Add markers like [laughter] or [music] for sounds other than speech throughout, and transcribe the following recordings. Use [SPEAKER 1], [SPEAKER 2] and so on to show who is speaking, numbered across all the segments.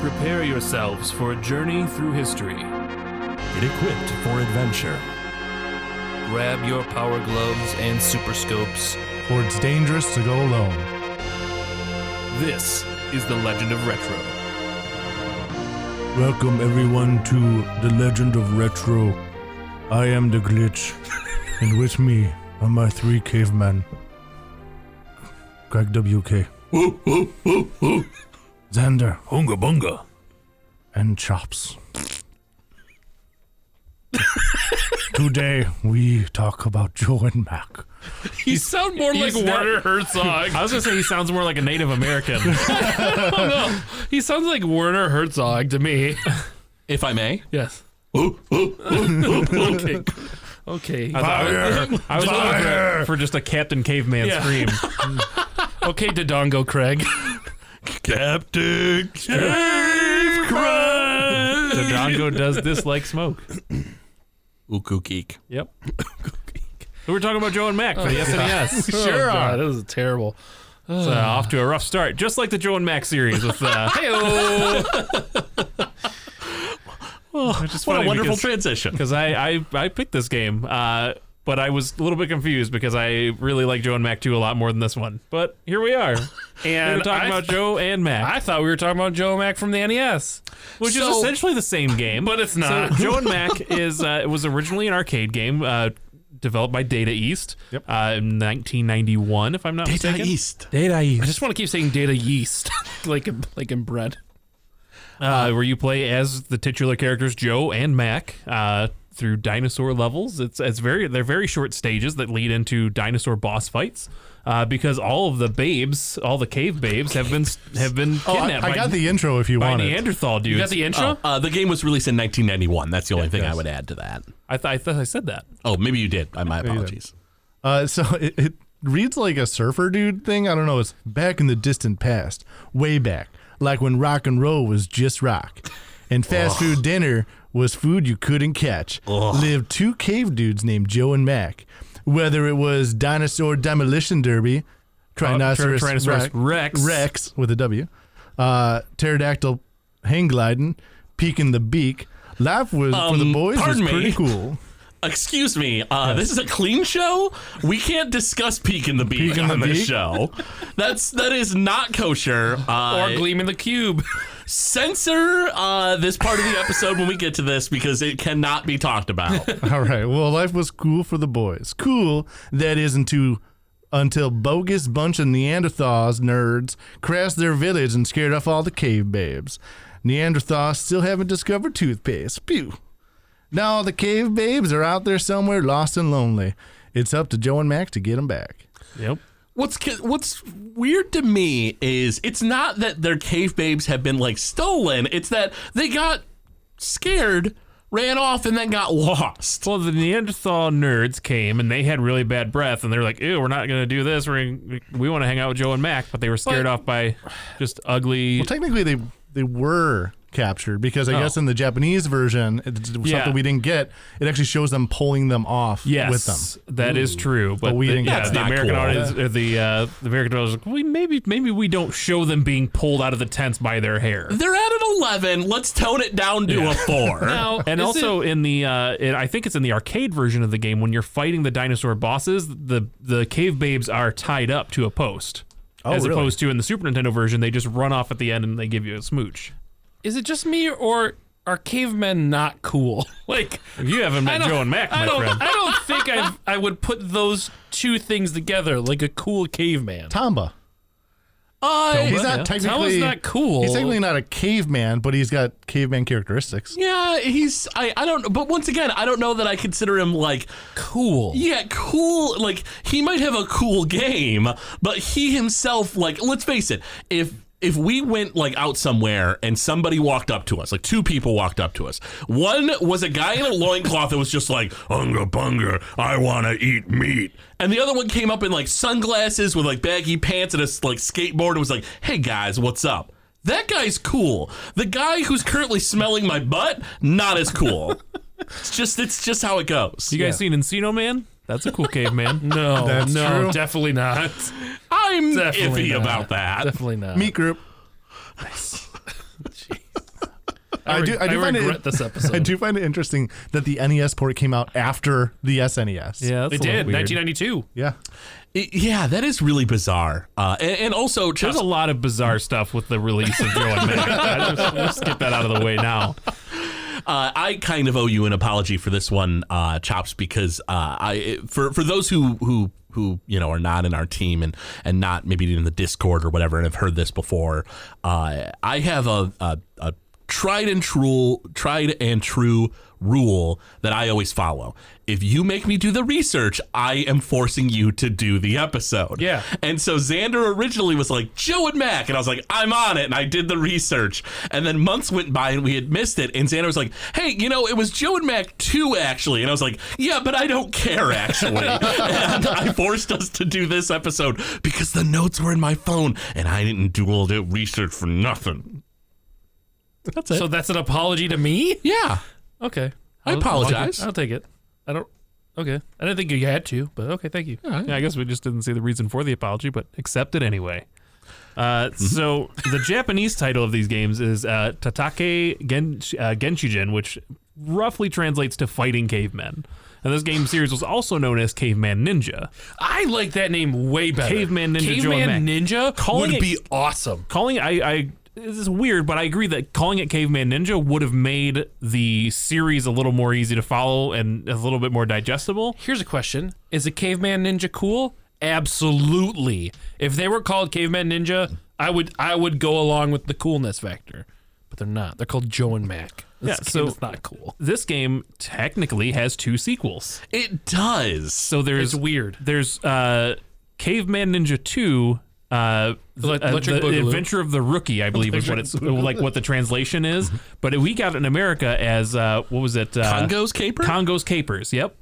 [SPEAKER 1] prepare yourselves for a journey through history.
[SPEAKER 2] Get equipped for adventure.
[SPEAKER 1] Grab your power gloves and super scopes.
[SPEAKER 3] For it's dangerous to go alone.
[SPEAKER 1] This is the Legend of Retro.
[SPEAKER 4] Welcome everyone to the Legend of Retro. I am the glitch, and with me are my three cavemen. Greg WK, Xander,
[SPEAKER 2] Hunga bunga.
[SPEAKER 4] and Chops. Today we talk about Joe and Mac.
[SPEAKER 5] You sound more like
[SPEAKER 1] He's Werner
[SPEAKER 5] Werner Herzog.
[SPEAKER 1] Herzog. Oh,
[SPEAKER 5] I was gonna say he sounds more like a
[SPEAKER 1] [laughs]
[SPEAKER 5] Native American.
[SPEAKER 1] He sounds like Werner Herzog to me.
[SPEAKER 5] if I may.
[SPEAKER 1] yes. okay. Okay.
[SPEAKER 5] Fire! I was hoping for, for just a Captain Caveman
[SPEAKER 1] Yeah.
[SPEAKER 5] scream.
[SPEAKER 1] okay, Dodongo
[SPEAKER 5] [laughs]
[SPEAKER 1] Craig.
[SPEAKER 2] Captain Cave Crush.
[SPEAKER 5] Dodongo does this like smoke.
[SPEAKER 2] Uku geek.
[SPEAKER 5] Yep. we were talking about Joe and Mac for the SNES.
[SPEAKER 1] oh,
[SPEAKER 5] Oh, God.
[SPEAKER 1] God, That was terrible.
[SPEAKER 5] It's, uh, off to a rough start, just like the Joe and Mac series with [laughs] uh, Heyo. [laughs] Which is
[SPEAKER 2] What
[SPEAKER 5] funny
[SPEAKER 2] a wonderful
[SPEAKER 5] because-
[SPEAKER 2] transition.
[SPEAKER 5] because I, I I picked this game, uh, but I was a little bit confused because I really like Joe and Mac 2 a lot more than this one. But here we are, [laughs] and we
[SPEAKER 1] And
[SPEAKER 5] were talking
[SPEAKER 1] I-
[SPEAKER 5] about Joe and Mac,
[SPEAKER 1] I thought we were talking about Joe Mac from the NES.
[SPEAKER 5] E which is
[SPEAKER 1] So-
[SPEAKER 5] essentially the same [laughs] game,
[SPEAKER 1] But it's
[SPEAKER 5] So
[SPEAKER 1] not.
[SPEAKER 5] Joe and Mac is uh, it was originally an arcade game uh, developed by Data East
[SPEAKER 3] Yep.
[SPEAKER 5] uh, in 1991, if I'm not
[SPEAKER 2] Data
[SPEAKER 5] mistaken.
[SPEAKER 2] East.
[SPEAKER 3] Data
[SPEAKER 4] E.
[SPEAKER 1] I just want to keep saying data yeast, like in, like in bread.
[SPEAKER 5] [laughs] uh, where you play as the titular characters Joe and Mac uh, through dinosaur levels. It's it's very they're very short stages that lead into dinosaur boss fights uh, because all of the babes, all the cave babes, have been have been
[SPEAKER 3] Oh, I,
[SPEAKER 5] kidnapped
[SPEAKER 3] I
[SPEAKER 5] by,
[SPEAKER 3] got the intro if you
[SPEAKER 5] by
[SPEAKER 3] want it.
[SPEAKER 5] Neanderthal dudes.
[SPEAKER 1] You got the intro?
[SPEAKER 2] Oh, uh, the game was released in 1991. That's the only thing I
[SPEAKER 3] yes.
[SPEAKER 2] would add to that.
[SPEAKER 5] I, th- I thought I said that.
[SPEAKER 2] Oh, maybe you did. I My apologies.
[SPEAKER 3] Uh, so [laughs] it, it reads like a surfer dude thing. I don't know. It's back in the distant past, way back, like when rock and roll was just rock, and fast food dinner was food you couldn't catch. Lived two cave dudes named Joe and Mac. Whether it was dinosaur demolition derby,
[SPEAKER 2] Uh,
[SPEAKER 3] Trinoceros,
[SPEAKER 5] Oh, Tyrannosaurus
[SPEAKER 3] Rex-
[SPEAKER 5] Rex.
[SPEAKER 3] Rex with a W, uh, pterodactyl hang gliding, peeking the beak. Life was for the
[SPEAKER 2] Um,
[SPEAKER 3] boys was
[SPEAKER 2] pardon me.
[SPEAKER 3] pretty cool.
[SPEAKER 2] Excuse me. Uh, This is a clean show. We can't discuss Peek in the Beak
[SPEAKER 3] in the
[SPEAKER 2] on this
[SPEAKER 3] Beak?
[SPEAKER 2] show. That's that is not kosher. Uh,
[SPEAKER 1] Or Gleam in the Cube.
[SPEAKER 2] censor uh, this part of the episode when we get to this because it cannot be talked about.
[SPEAKER 3] [laughs] All right. Well, life was cool for the boys. Cool, that is, into, until bogus bunch of Neanderthals nerds crashed their village and scared off all the cave babes. Neanderthals still haven't discovered toothpaste. Pew. Now the cave babes are out there somewhere lost and lonely. It's up to Joe and Mac to get them back.
[SPEAKER 5] Yep.
[SPEAKER 2] What's ca- what's weird to me is it's not that their cave babes have been like stolen. It's that they got scared, ran off, and then got lost.
[SPEAKER 5] Well, the Neanderthal nerds came and they had really bad breath, and they're like, "Ew, we're not gonna do this. We're gonna, we want to hang out with Joe and Mac," but they were scared
[SPEAKER 1] But-
[SPEAKER 5] off by just ugly.
[SPEAKER 3] Well, technically they they were captured because I guess in the Japanese version, it's something
[SPEAKER 5] Oh. Yeah.
[SPEAKER 3] we didn't get. It actually shows them pulling them off
[SPEAKER 5] Yes,
[SPEAKER 3] with them.
[SPEAKER 5] That is true, but,
[SPEAKER 3] we
[SPEAKER 5] the,
[SPEAKER 3] didn't get
[SPEAKER 5] yeah,
[SPEAKER 3] that.
[SPEAKER 5] the
[SPEAKER 2] Not
[SPEAKER 5] American
[SPEAKER 2] cool.
[SPEAKER 5] audience, or the uh, the American audience, was like, well, maybe maybe we don't show them being pulled out of the tents by their hair.
[SPEAKER 2] They're at an eleven. Let's tone it down to a four.
[SPEAKER 1] Now,
[SPEAKER 5] And
[SPEAKER 1] Oh, is
[SPEAKER 5] also
[SPEAKER 1] it-
[SPEAKER 5] in the, uh, in, I think it's in the arcade version of the game when you're fighting the dinosaur bosses, the the cave babes are tied up to a post,
[SPEAKER 3] Oh,
[SPEAKER 5] as
[SPEAKER 3] really?
[SPEAKER 5] opposed to in the Super Nintendo version they just run off at the end and they give you a smooch.
[SPEAKER 1] is it just me or are cavemen not cool? [laughs] Like
[SPEAKER 5] You haven't
[SPEAKER 1] I
[SPEAKER 5] met
[SPEAKER 1] don't-
[SPEAKER 5] Joe and Mac,
[SPEAKER 1] I
[SPEAKER 5] my
[SPEAKER 1] don't,
[SPEAKER 5] friend.
[SPEAKER 1] I don't think I I would put those two things together like a cool caveman.
[SPEAKER 3] Tamba.
[SPEAKER 2] I-
[SPEAKER 3] He's not
[SPEAKER 5] yeah.
[SPEAKER 3] technically
[SPEAKER 1] Tama's not cool.
[SPEAKER 3] He's technically not a caveman, but he's got caveman characteristics.
[SPEAKER 2] yeah, he's I I don't. But once again, I don't know that I consider him like
[SPEAKER 1] cool.
[SPEAKER 2] Yeah, cool. Like he might have a cool game, but he himself, like, let's face it, if if we went like out somewhere and somebody walked up to us, like two people walked up to us. One was a guy in a loincloth that was just like, Unga bunga, I wanna eat meat. And the other one came up in like sunglasses with like baggy pants and a s- like skateboard and was like, Hey guys, what's up? That guy's cool. The guy who's currently smelling my butt, not as cool. it's just it's just how it goes.
[SPEAKER 5] You guys seen Encino Man? That's a cool caveman.
[SPEAKER 1] [laughs] No,
[SPEAKER 3] That's
[SPEAKER 1] no,
[SPEAKER 3] true.
[SPEAKER 1] definitely
[SPEAKER 5] [laughs]
[SPEAKER 1] not.
[SPEAKER 2] I'm
[SPEAKER 1] Definitely
[SPEAKER 2] iffy
[SPEAKER 1] not.
[SPEAKER 2] about that.
[SPEAKER 1] Definitely not.
[SPEAKER 3] Meat group. [laughs] I, do. I do find
[SPEAKER 1] regret
[SPEAKER 3] it.
[SPEAKER 1] this episode.
[SPEAKER 3] [laughs] I do find it interesting that the NES port came out after the SNES.
[SPEAKER 5] Yeah, that's
[SPEAKER 1] It
[SPEAKER 5] a little
[SPEAKER 1] did.
[SPEAKER 5] weird.
[SPEAKER 1] 1992.
[SPEAKER 3] Yeah.
[SPEAKER 2] I- yeah, that is really bizarre. Uh, and, and also,
[SPEAKER 5] There's
[SPEAKER 2] just
[SPEAKER 5] a lot of bizarre stuff with the release of Joe and Mac. I just, we'll just get that out of the way now.
[SPEAKER 2] Uh, I kind of owe you an apology for this one, uh, Chops, because uh, I for for those who who who you know are not in our team and and not maybe in the Discord or whatever, and have heard this before. Uh, I have a, a a tried and true tried and true rule that I always follow. If you make me do the research, I am forcing you to do the episode.
[SPEAKER 1] Yeah.
[SPEAKER 2] And so Xander originally was like, Joe and Mac. And I was like, I'm on it. And I did the research. And then months went by and we had missed it. And Xander was like, hey, you know, it was Joe and Mac 2, actually. And I was like, yeah, but I don't care, actually. and I forced us to do this episode because the notes were in my phone and I didn't do all that research for nothing.
[SPEAKER 1] So that's an apology to me?
[SPEAKER 2] Yeah.
[SPEAKER 1] Okay.
[SPEAKER 2] I
[SPEAKER 1] I'll-
[SPEAKER 2] apologize.
[SPEAKER 1] I'll take it. I'll take it. I don't. Okay. I didn't think you had to, but okay. Thank you.
[SPEAKER 5] Yeah, I guess we just didn't see the reason for the apology, but accept it anyway. Uh,
[SPEAKER 1] Mm-hmm.
[SPEAKER 5] So the Japanese title of these games is uh, Tatake Gen- uh, Genshijin, which roughly translates to Fighting Cavemen. And this game series was also known as Caveman Ninja.
[SPEAKER 1] I like that name way better.
[SPEAKER 5] Caveman Ninja Joe and
[SPEAKER 1] Caveman
[SPEAKER 5] Mac.
[SPEAKER 1] Ninja
[SPEAKER 5] Calling
[SPEAKER 1] would
[SPEAKER 5] it-
[SPEAKER 1] be awesome.
[SPEAKER 5] Calling I, I this is weird, but I agree that calling it Caveman Ninja would have made the series a little more easy to follow and a little bit more digestible.
[SPEAKER 1] Here's a question: Is a caveman ninja cool? Absolutely. If they were called caveman ninja, I would I would go along with the coolness factor. But they're not. They're called Joe and Mac. This
[SPEAKER 5] Yeah,
[SPEAKER 1] game
[SPEAKER 5] so-
[SPEAKER 1] is not cool.
[SPEAKER 5] This game technically has two sequels.
[SPEAKER 2] It does.
[SPEAKER 5] So there's
[SPEAKER 1] It's weird.
[SPEAKER 5] There's uh, Caveman Ninja Two. Uh, the,
[SPEAKER 1] Ele- Electric
[SPEAKER 5] the
[SPEAKER 1] Boogaloo.
[SPEAKER 5] Adventure of the Rookie, I believe, is what it's like. What the translation is,
[SPEAKER 1] Mm-hmm.
[SPEAKER 5] but it, we got it in America as uh, what was it? Uh,
[SPEAKER 2] Congo's Caper?
[SPEAKER 5] Congo's Capers. Yep.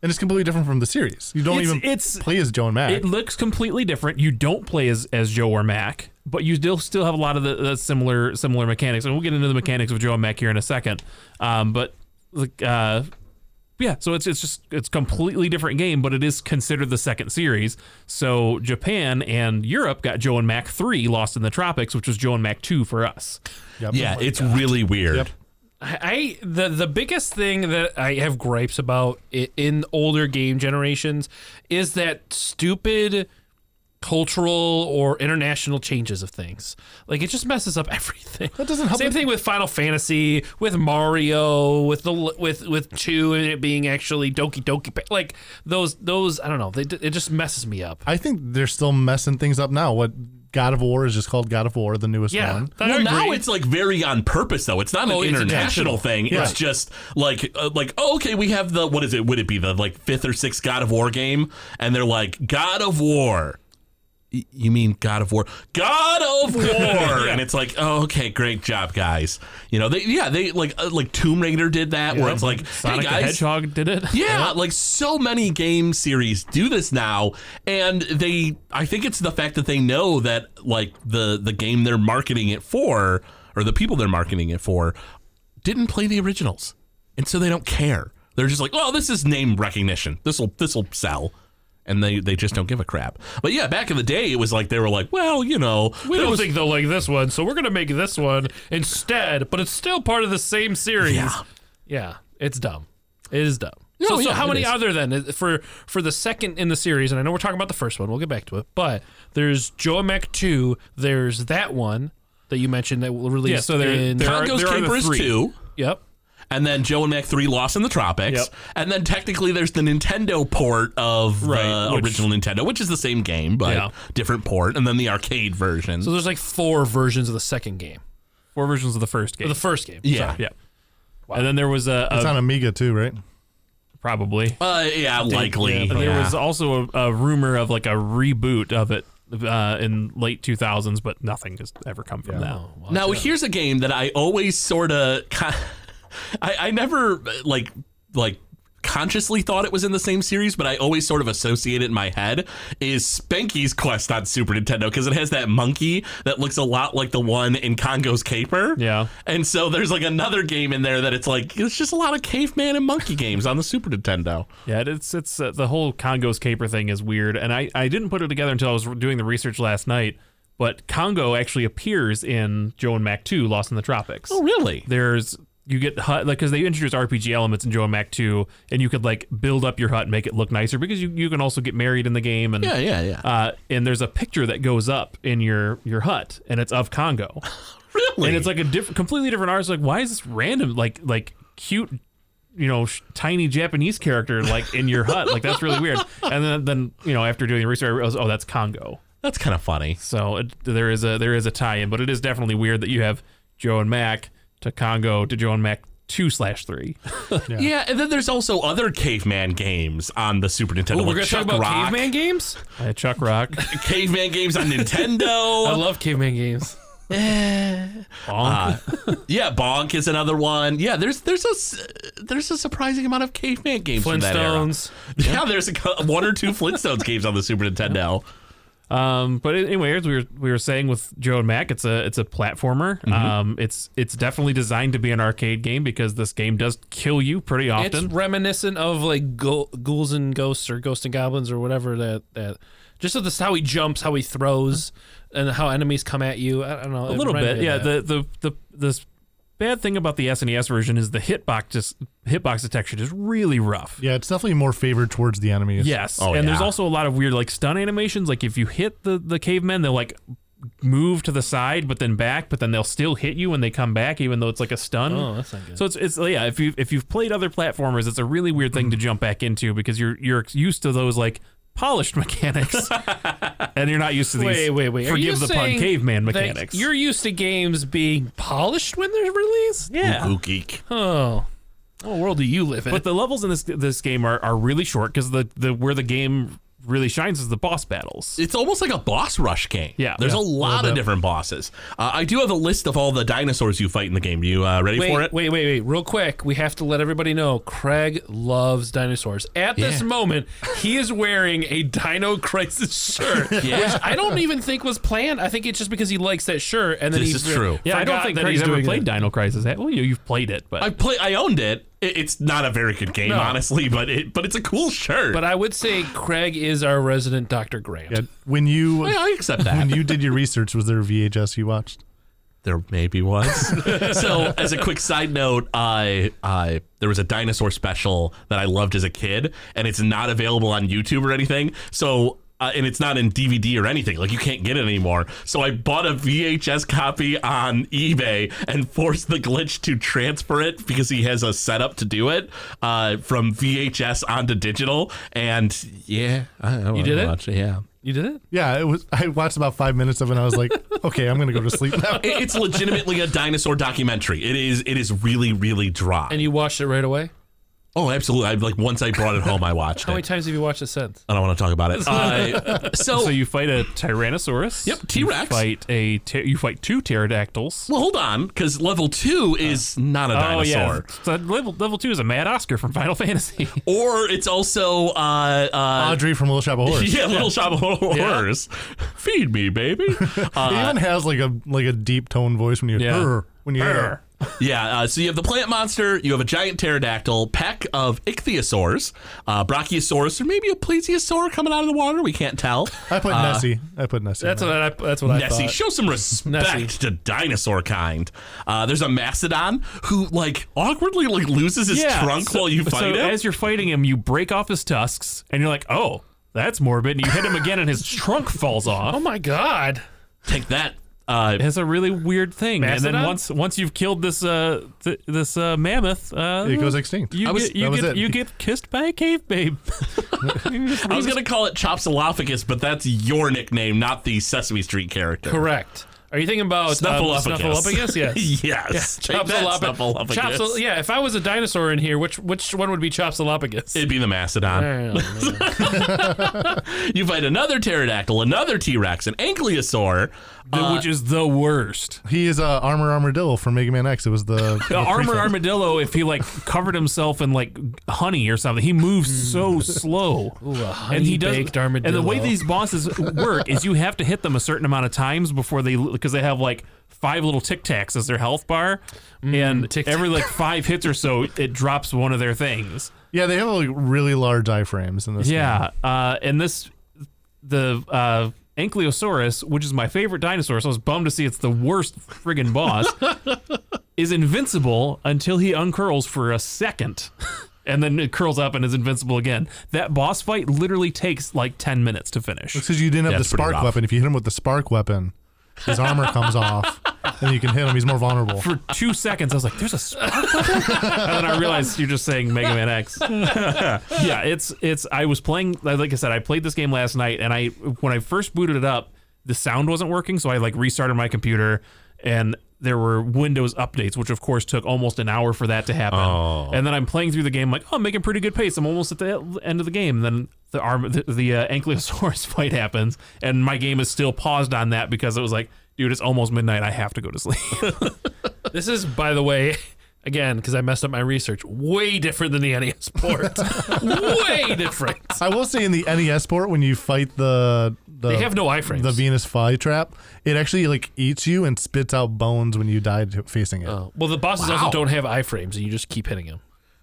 [SPEAKER 3] And it's completely different from the series. You don't
[SPEAKER 5] It's-
[SPEAKER 3] even
[SPEAKER 5] it's-
[SPEAKER 3] play as Joan Mac.
[SPEAKER 5] It looks completely different. You don't play as, as Joe or Mac, but you still still have a lot of the, the similar similar mechanics, and we'll get into the mechanics of Joe and Mac here in a second. Um, but like, uh, yeah, so it's it's just it's completely different game, but it is considered the second series. So Japan and Europe got Joe and Mac three, Lost in the Tropics, which was Joe and Mac two for us.
[SPEAKER 2] yeah, it's really weird.
[SPEAKER 1] I I- the the biggest thing that I have gripes about i- in older game generations is that stupid cultural or international changes of things. Like it just messes up [laughs] everything.
[SPEAKER 3] That doesn't help
[SPEAKER 1] Same
[SPEAKER 3] it.
[SPEAKER 1] thing with Final Fantasy, with Mario, with the with with two and it being actually Doki Doki. Pa- Like those those I don't know. They, it just messes me up.
[SPEAKER 3] I think they're still messing things up now. What God of War is just called God of War, the newest
[SPEAKER 1] Yeah,
[SPEAKER 3] one.
[SPEAKER 1] I
[SPEAKER 2] well,
[SPEAKER 1] agree.
[SPEAKER 2] now it's like very on purpose though. It's not an
[SPEAKER 1] Oh, it's
[SPEAKER 2] international
[SPEAKER 1] intentional.
[SPEAKER 2] thing. It's
[SPEAKER 3] Right.
[SPEAKER 2] just like uh, like oh okay, we have the what is it? Would it be the like fifth or sixth God of War game? And they're like God of War. Y- You mean God of War? God of War, and it's like, oh, okay, great job, guys. You know, they yeah, they like uh, like Tomb Raider did that, where it's like,
[SPEAKER 5] Sonic
[SPEAKER 2] hey
[SPEAKER 5] the
[SPEAKER 2] guys,
[SPEAKER 5] Hedgehog did it.
[SPEAKER 2] yeah, like so many game series do this now, and they I think it's the fact that they know that like the the game they're marketing it for or the people they're marketing it for didn't play the originals. And so they don't care. They're just like, "Oh, this is name recognition. This will this will sell." And they, they just don't give a crap. But yeah, back in the day, it was like they were like, well, you know,
[SPEAKER 1] We
[SPEAKER 2] there
[SPEAKER 1] don't
[SPEAKER 2] was-
[SPEAKER 1] think they'll like this one, so we're gonna make this one instead. But it's still part of the same series.
[SPEAKER 2] Yeah.
[SPEAKER 1] Yeah, it's dumb. It is dumb.
[SPEAKER 2] No,
[SPEAKER 1] so, so
[SPEAKER 2] yeah,
[SPEAKER 1] how
[SPEAKER 2] it
[SPEAKER 1] many
[SPEAKER 2] is.
[SPEAKER 1] other then is- for for the second in the series? And I know we're talking about the first one. We'll get back to it. But there's Joe Mac two. There's that one that you mentioned that will release.
[SPEAKER 5] Yeah, so there-
[SPEAKER 1] in,
[SPEAKER 5] there are-
[SPEAKER 2] Congo's
[SPEAKER 5] the
[SPEAKER 2] Capers
[SPEAKER 5] three.
[SPEAKER 2] 2.
[SPEAKER 1] yep.
[SPEAKER 2] and then Joe and Mac 3 Lost in the Tropics.
[SPEAKER 5] Yep.
[SPEAKER 2] And then technically there's the Nintendo port of
[SPEAKER 5] Right,
[SPEAKER 2] the
[SPEAKER 5] which-
[SPEAKER 2] original Nintendo, which is the same game, but
[SPEAKER 5] Yeah.
[SPEAKER 2] different port, and then the arcade version.
[SPEAKER 1] So there's like four versions of the second game,
[SPEAKER 5] Four versions of the first game.
[SPEAKER 1] of the first game.
[SPEAKER 2] yeah.
[SPEAKER 5] yeah. And then there was a, a
[SPEAKER 3] It's on Amiga too, right?
[SPEAKER 5] probably
[SPEAKER 2] Uh, yeah, likely.
[SPEAKER 5] And
[SPEAKER 2] yeah.
[SPEAKER 5] there was also a, a rumor of like a reboot of it uh, in late 2000s, but nothing has ever come from that.
[SPEAKER 1] Oh,
[SPEAKER 2] now, here's a game that I always sort of. Con- [laughs] I, I never, like, like consciously thought it was in the same series but i always sort of associate it in my head is spanky's quest on super nintendo because it has that monkey that looks a lot like the one in congo's caper
[SPEAKER 5] Yeah.
[SPEAKER 2] And so there's like another game in there that it's like it's just a lot of caveman and monkey games on the Super Nintendo.
[SPEAKER 5] Yeah, it- it's it's uh, the whole Congo's caper thing is weird, and I I didn't put it together until I was doing the research last night. But Congo actually appears in Joe and Mac 2 Lost in the Tropics.
[SPEAKER 2] Oh, really?
[SPEAKER 5] There's you get hut like because they introduced RPG elements in Joe and Mac 2 and you could like build up your hut and make it look nicer because you, you can also get married in the game and
[SPEAKER 2] Yeah, yeah, yeah.
[SPEAKER 5] uh, and there's a picture that goes up in your your hut and it's of Congo.
[SPEAKER 2] really?
[SPEAKER 5] and it's like a different, completely different artist. Like, why is this random, like, like cute, you know, sh- tiny Japanese character like in your hut? Like, that's really weird. And then, then you know, after doing the research, I realized, oh, that's Congo.
[SPEAKER 2] that's kind of funny.
[SPEAKER 5] So it, there is a there is a tie-in, but it is definitely weird that you have Joe and Mac to Congo to Joe and Mac two slash three.
[SPEAKER 2] Yeah. and then there's also other caveman games on the Super Nintendo.
[SPEAKER 1] Ooh, we're
[SPEAKER 2] like
[SPEAKER 1] gonna talk
[SPEAKER 2] Chuck
[SPEAKER 1] about
[SPEAKER 2] Rock,
[SPEAKER 1] caveman games.
[SPEAKER 5] Uh, Chuck Rock,
[SPEAKER 2] [laughs] caveman games on
[SPEAKER 1] [laughs] I
[SPEAKER 2] Nintendo. Eh.
[SPEAKER 1] love caveman
[SPEAKER 2] [laughs]
[SPEAKER 1] games.
[SPEAKER 5] Bonk.
[SPEAKER 2] Uh, yeah, Bonk is another one. Yeah, there's there's a s- there's a surprising amount of caveman games from that era.
[SPEAKER 1] Flintstones.
[SPEAKER 2] [laughs] Yeah, there's a, cou- one or two Flintstones games on the Super Nintendo.
[SPEAKER 5] Um, but anyway, as we were we were saying with Joe and Mac, it's a it's a platformer.
[SPEAKER 2] Mm-hmm.
[SPEAKER 5] Um, it's it's definitely designed to be an arcade game because this game does kill you pretty often.
[SPEAKER 1] It's reminiscent of like go- ghouls and ghosts or ghosts and goblins or whatever that that. Just of this, how he jumps, how he throws, and how enemies come at you. I don't know.
[SPEAKER 5] a little bit. Yeah, the the the this bad thing about the SNES version is the hitbox just hitbox detection is really rough.
[SPEAKER 3] Yeah, it's definitely more favored towards the enemies.
[SPEAKER 5] Yes,
[SPEAKER 2] Oh,
[SPEAKER 5] and there's
[SPEAKER 2] yeah.
[SPEAKER 5] also a lot of weird like stun animations. Like if you hit the the cavemen, they'll like move to the side, but then back, but then they'll still hit you when they come back, even though it's like a stun.
[SPEAKER 1] Oh, that's not good.
[SPEAKER 5] So it's it's yeah. If you if you've played other platformers, it's a really weird
[SPEAKER 1] Mm.
[SPEAKER 5] thing to jump back into because you're you're used to those like
[SPEAKER 1] [laughs]
[SPEAKER 5] polished [laughs] mechanics, and you're not used to these.
[SPEAKER 1] wait, wait, wait. Are
[SPEAKER 5] Forgive
[SPEAKER 1] you
[SPEAKER 5] the pun,
[SPEAKER 1] saying
[SPEAKER 5] caveman
[SPEAKER 1] that
[SPEAKER 5] mechanics.
[SPEAKER 1] You're used to games being polished when they're released.
[SPEAKER 5] yeah.
[SPEAKER 2] Ooh, geek.
[SPEAKER 1] Oh, what world do you live in?
[SPEAKER 5] But the levels in this this game are, are really short because the, the where the game really shines is the boss battles.
[SPEAKER 2] It's almost like a boss rush game.
[SPEAKER 5] Yeah.
[SPEAKER 2] there's
[SPEAKER 5] Yeah,
[SPEAKER 2] a lot of different bosses. Uh, I do have a list of all the dinosaurs you fight in the game. You uh, ready
[SPEAKER 1] wait,
[SPEAKER 2] for it?
[SPEAKER 1] wait, wait, wait. Real quick, we have to let everybody know Craig loves dinosaurs. At this
[SPEAKER 2] Yeah.
[SPEAKER 1] moment, he is wearing a Dino Crisis shirt,
[SPEAKER 2] [laughs] Yeah.
[SPEAKER 1] which I don't even think was planned. I think it's just because he likes that shirt. And then
[SPEAKER 2] This
[SPEAKER 1] he
[SPEAKER 2] is
[SPEAKER 1] re-
[SPEAKER 2] true.
[SPEAKER 5] Yeah, I don't
[SPEAKER 1] forgot
[SPEAKER 5] think
[SPEAKER 1] that
[SPEAKER 5] Craig's
[SPEAKER 1] he's
[SPEAKER 5] ever
[SPEAKER 1] doing
[SPEAKER 5] played
[SPEAKER 1] it.
[SPEAKER 5] Dino Crisis. Well, you, you've played it, but
[SPEAKER 2] I play. I owned it. it. It's not a very good game, honestly, but it but it's a cool shirt.
[SPEAKER 1] But I would say Craig is our resident Dr. Grant.
[SPEAKER 3] Yeah, When you
[SPEAKER 2] Yeah, I accept
[SPEAKER 3] when
[SPEAKER 2] that.
[SPEAKER 3] you did your research, was there a VHS you watched?
[SPEAKER 2] there maybe was.
[SPEAKER 1] [laughs]
[SPEAKER 2] so, as a quick side note, I I there was a dinosaur special that I loved as a kid, and it's not available on YouTube or anything. So. Uh, and it's not in DVD or anything. Like you can't get it anymore. So I bought a VHS copy on eBay and forced the glitch to transfer it because he has a setup to do it uh, from VHS onto digital. And yeah, I, I you
[SPEAKER 1] did it?
[SPEAKER 2] Yeah,
[SPEAKER 1] You did it?
[SPEAKER 3] Yeah, it was. I watched about five minutes of it. and I was like, okay, I'm gonna go to sleep now.
[SPEAKER 2] [laughs] It- it's legitimately a dinosaur documentary. It is. It is really, really dry.
[SPEAKER 1] And you watched it right away?
[SPEAKER 2] Oh, absolutely. I like once I brought it home, I watched
[SPEAKER 1] How many
[SPEAKER 2] it.
[SPEAKER 1] times have you watched it since?
[SPEAKER 2] I don't want to talk about it. Uh, so,
[SPEAKER 5] so you fight a Tyrannosaurus.
[SPEAKER 2] Yep, T-Rex.
[SPEAKER 5] You fight a ter- you fight two pterodactyls.
[SPEAKER 2] well, hold on, because level two is not a
[SPEAKER 5] Oh yeah,
[SPEAKER 2] dinosaur,
[SPEAKER 5] so level level two is a Mad Oscar from Final [laughs] Fantasy.
[SPEAKER 2] or it's also uh, uh,
[SPEAKER 3] Audrey from Little Shop of
[SPEAKER 2] [laughs]
[SPEAKER 3] Horrors.
[SPEAKER 2] yeah, little shop of horrors. Feed me, baby.
[SPEAKER 3] He
[SPEAKER 2] Uh,
[SPEAKER 3] even has like a like a deep tone voice when you
[SPEAKER 5] Yeah.
[SPEAKER 3] "Brr," when you hear
[SPEAKER 5] Brr.
[SPEAKER 2] yeah. Uh, so you have the plant monster. You have a giant pterodactyl, pack of ichthyosaurs, uh, brachiosaurus, or maybe a plesiosaur coming out of the water. We can't tell.
[SPEAKER 3] I put Nessie. I put Nessie.
[SPEAKER 1] That's
[SPEAKER 3] in
[SPEAKER 1] what I, that's what I
[SPEAKER 2] Nessie,
[SPEAKER 1] thought. [laughs]
[SPEAKER 2] show some respect
[SPEAKER 1] Nessie.
[SPEAKER 2] to dinosaur kind. Uh, there's a mastodon who like awkwardly like loses his trunk
[SPEAKER 5] so-
[SPEAKER 2] while you
[SPEAKER 5] so
[SPEAKER 2] fight him.
[SPEAKER 5] as you're fighting him, you break off his tusks, and you're like, oh, that's morbid. And you hit him again, and his trunk falls off.
[SPEAKER 2] [laughs]
[SPEAKER 1] Oh my God.
[SPEAKER 2] Take that. Uh,
[SPEAKER 5] It's a really weird thing. And
[SPEAKER 1] Mastodon?
[SPEAKER 5] then once once you've killed this uh th- this uh mammoth, uh,
[SPEAKER 3] It goes extinct.
[SPEAKER 5] You
[SPEAKER 3] I was-
[SPEAKER 5] get you
[SPEAKER 3] that was
[SPEAKER 5] get
[SPEAKER 3] it.
[SPEAKER 5] you get kissed by a cave
[SPEAKER 2] [laughs]
[SPEAKER 5] babe.
[SPEAKER 2] I was gonna call it Chopsolophagus, but that's your nickname, not the Sesame Street character.
[SPEAKER 1] Correct. Are you thinking about um,
[SPEAKER 2] Snuffleupagus.
[SPEAKER 1] Snuffleupagus? Yes.
[SPEAKER 2] [laughs] yes. Take that,
[SPEAKER 1] Chopsolop-
[SPEAKER 2] Snuffleupagus.
[SPEAKER 1] Chopsol- yeah, if I was a dinosaur in here, which which one would be Chopsolopagus?
[SPEAKER 2] It'd be the mastodon. You fight another pterodactyl, another T Rex, an ankylosaur. Uh,
[SPEAKER 5] which is the worst.
[SPEAKER 3] He is uh, Armor Armadillo from Mega Man X. It was the,
[SPEAKER 5] The
[SPEAKER 3] the
[SPEAKER 5] armored
[SPEAKER 3] prefix.
[SPEAKER 5] armadillo, if he like covered himself in like honey or something, he moves so slow.
[SPEAKER 1] [laughs]
[SPEAKER 5] and he does,
[SPEAKER 1] Hmm. honey-baked
[SPEAKER 5] And the way
[SPEAKER 1] armadillo.
[SPEAKER 5] these bosses work is you have to hit them a certain amount of times before they because they have like five little tic tacs as their health bar, and
[SPEAKER 1] Hmm, Tic Tac.
[SPEAKER 5] every like five hits or so, it drops one of their things.
[SPEAKER 3] Yeah, they have like really large iframes in this.
[SPEAKER 5] Yeah, uh, and this the uh, Ankylosaurus, which is my favorite dinosaur, so I was bummed to see it's the worst friggin' boss, is invincible until he uncurls for a second. And then it curls up and is invincible again. That boss fight literally takes like 10 minutes to finish.
[SPEAKER 3] Because you didn't have
[SPEAKER 2] That's
[SPEAKER 3] the
[SPEAKER 2] pretty
[SPEAKER 3] spark
[SPEAKER 2] rough.
[SPEAKER 3] weapon. If you hit him with the spark weapon, his armor comes off, and you can hit him. He's more vulnerable.
[SPEAKER 5] [laughs] for two seconds, I was like, "There's a spark weapon," and then I realized you're just saying Mega Man X. [laughs] yeah, it's it's. I was playing, like I said, I played this game last night, and I when I first booted it up, the sound wasn't working, so I like restarted my computer, and there were Windows updates, which of course took almost an hour for that to happen. And then I'm playing through the game, like, "Oh, I'm making pretty good pace. I'm almost at the end of the game." And then the arm, the, the uh, Ankylosaurus [laughs] fight happens, and my game is still paused on that because it was like. Dude, it's almost midnight. I have to go to sleep.
[SPEAKER 1] This is, by the way, [laughs] again because I messed up my research. Way different than the NES
[SPEAKER 5] [laughs]
[SPEAKER 1] port. way different.
[SPEAKER 3] [laughs] I will say in the NES port, when you fight the, the
[SPEAKER 1] They have no iframes.
[SPEAKER 3] the Venus flytrap, it actually like eats you and spits out bones when you die to- facing it.
[SPEAKER 1] Oh, well, the bosses
[SPEAKER 2] Wow.
[SPEAKER 1] also don't have iframes, and you just keep hitting them.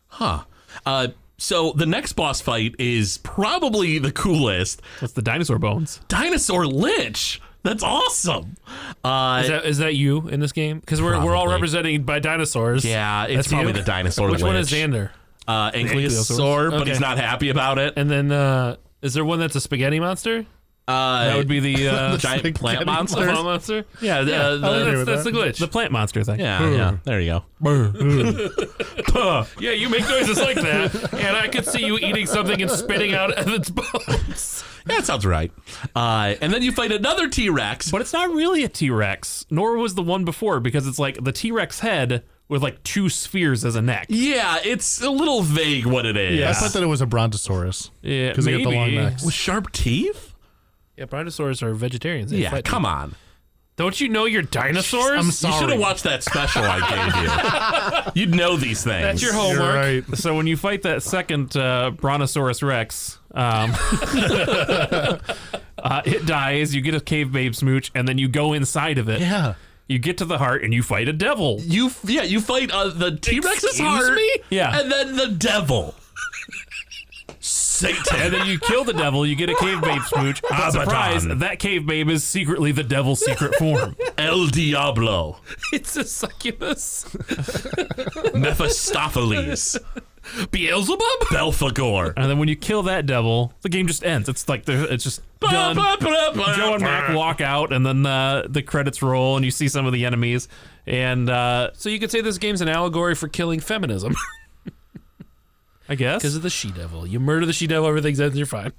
[SPEAKER 2] Huh. Uh, so the next boss fight is probably the coolest
[SPEAKER 5] That's the dinosaur bones.
[SPEAKER 2] Dinosaur Lich. That's awesome. Uh,
[SPEAKER 1] Is that, is that you in this game? Because we're, we're all
[SPEAKER 2] Probably.
[SPEAKER 1] represented by dinosaurs.
[SPEAKER 2] yeah, it's
[SPEAKER 1] That's
[SPEAKER 2] probably
[SPEAKER 1] you?
[SPEAKER 2] the dinosaur.
[SPEAKER 1] Which
[SPEAKER 2] Lich.
[SPEAKER 1] one is Xander?
[SPEAKER 2] Uh, Ankylosaur, but
[SPEAKER 1] Okay.
[SPEAKER 2] he's not happy about it.
[SPEAKER 1] And then uh, is there one that's a spaghetti monster?
[SPEAKER 2] Uh,
[SPEAKER 5] That would be
[SPEAKER 1] [laughs]
[SPEAKER 5] the uh,
[SPEAKER 2] giant plant
[SPEAKER 1] A
[SPEAKER 2] monster.
[SPEAKER 1] claw monster?
[SPEAKER 2] Yeah, the- uh,
[SPEAKER 1] Oh,
[SPEAKER 2] the-
[SPEAKER 1] that's,
[SPEAKER 3] with
[SPEAKER 1] that's
[SPEAKER 3] that.
[SPEAKER 1] the glitch.
[SPEAKER 5] the plant monster thing.
[SPEAKER 2] yeah, yeah. There you go.
[SPEAKER 1] yeah, you make noises like that, and I could see you eating something and spitting out of its bones.
[SPEAKER 2] Yeah, that sounds right. Uh, and then you fight another T Rex.
[SPEAKER 5] But it's not really a T Rex, nor was the one before, because it's like the T Rex head with like two spheres as a neck.
[SPEAKER 2] Yeah, it's a little vague what it is.
[SPEAKER 3] I thought that it was a brontosaurus.
[SPEAKER 5] Yeah,
[SPEAKER 3] Because they got the long
[SPEAKER 5] maybe.
[SPEAKER 3] necks.
[SPEAKER 2] With sharp teeth?
[SPEAKER 1] Yeah, brontosaurs are vegetarians. They
[SPEAKER 2] Yeah,
[SPEAKER 1] fight-
[SPEAKER 2] come on.
[SPEAKER 1] Don't you know you're dinosaurs?
[SPEAKER 3] I'm
[SPEAKER 2] You should
[SPEAKER 3] sorry.
[SPEAKER 2] have watched that special I gave you. You'd know these things.
[SPEAKER 1] That's your
[SPEAKER 3] You're
[SPEAKER 1] homework.
[SPEAKER 3] right.
[SPEAKER 5] So when you fight that second uh, Brontosaurus Rex, um, [laughs] uh, it dies. You get a cave babe smooch, and then you go inside of it.
[SPEAKER 3] Yeah.
[SPEAKER 5] You get to the heart, and you fight a devil. [laughs]
[SPEAKER 2] You f- yeah, you fight uh, the T Rex's
[SPEAKER 1] Excuse
[SPEAKER 2] heart,
[SPEAKER 1] me?
[SPEAKER 5] Yeah.
[SPEAKER 2] and then the devil,
[SPEAKER 5] And
[SPEAKER 2] Satan.
[SPEAKER 5] then you kill the devil, you get a cave babe
[SPEAKER 1] [laughs]
[SPEAKER 5] smooch.
[SPEAKER 2] Abaddon.
[SPEAKER 5] Surprise! That cave babe is secretly the devil's secret form.
[SPEAKER 2] El Diablo,
[SPEAKER 1] [laughs] It's a succubus.
[SPEAKER 2] Mephistopheles,
[SPEAKER 1] Beelzebub?
[SPEAKER 2] Belphegor.
[SPEAKER 5] And then when you kill that devil, the game just ends. It's like they're- it's just done. Joe
[SPEAKER 2] Joe
[SPEAKER 5] and Mac walk out, and then uh, the credits roll, and you see some of the enemies. And uh,
[SPEAKER 1] So you could say this game's an allegory for killing [laughs] feminism
[SPEAKER 5] I guess
[SPEAKER 1] because of the she devil. You murder the she devil, everything's ends, you're fine.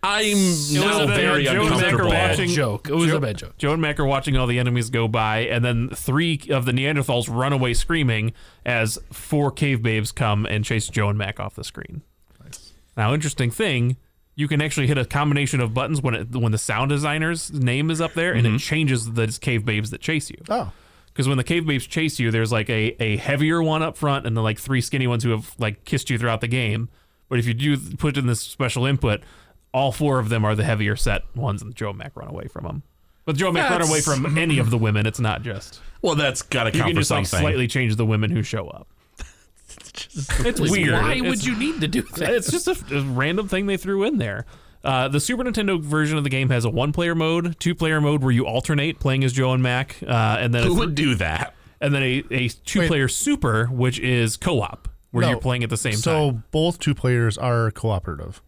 [SPEAKER 2] I'm
[SPEAKER 5] was
[SPEAKER 2] now
[SPEAKER 5] a bad
[SPEAKER 2] very
[SPEAKER 5] Joe and Mac are
[SPEAKER 2] uncomfortable.
[SPEAKER 1] Bad
[SPEAKER 5] watching-
[SPEAKER 1] joke. It was
[SPEAKER 5] Joe-
[SPEAKER 1] a bad joke.
[SPEAKER 5] Joe and Mac are watching all the enemies go by, and then three of the Neanderthals run away screaming as four cave babes come and chase Joe and Mac off the screen. Now, interesting thing. You can actually hit a combination of buttons when it, when the sound designer's name is up there, and it changes the cave babes that chase you.
[SPEAKER 3] Oh,
[SPEAKER 5] Because when the cave babes chase you, there's like a, a heavier one up front and then like three skinny ones who have like kissed you throughout the game. But if you do th- put in this special input, all four of them are the heavier set ones, and Joe Mac run away from them. But Joe Mac run away
[SPEAKER 2] That's-
[SPEAKER 5] from any of the women. It's not just
[SPEAKER 2] Well, that's gotta
[SPEAKER 5] you
[SPEAKER 2] count
[SPEAKER 5] can
[SPEAKER 2] for
[SPEAKER 5] just like
[SPEAKER 2] something.
[SPEAKER 5] slightly change the women who show
[SPEAKER 2] [laughs]
[SPEAKER 5] up. it's weird.
[SPEAKER 1] Why
[SPEAKER 5] It's-
[SPEAKER 1] would you need to [laughs] do that?
[SPEAKER 5] it's just a, a random thing they threw in there. Uh, the Super Nintendo version of the game has a one-player mode, two-player mode where you alternate playing as Joe and Mac, uh, and then a
[SPEAKER 2] Who would do that?
[SPEAKER 5] and then a, a two player super, which is co op, where
[SPEAKER 3] No.
[SPEAKER 5] you're playing at the same
[SPEAKER 3] so
[SPEAKER 5] time.
[SPEAKER 3] both two players are cooperative.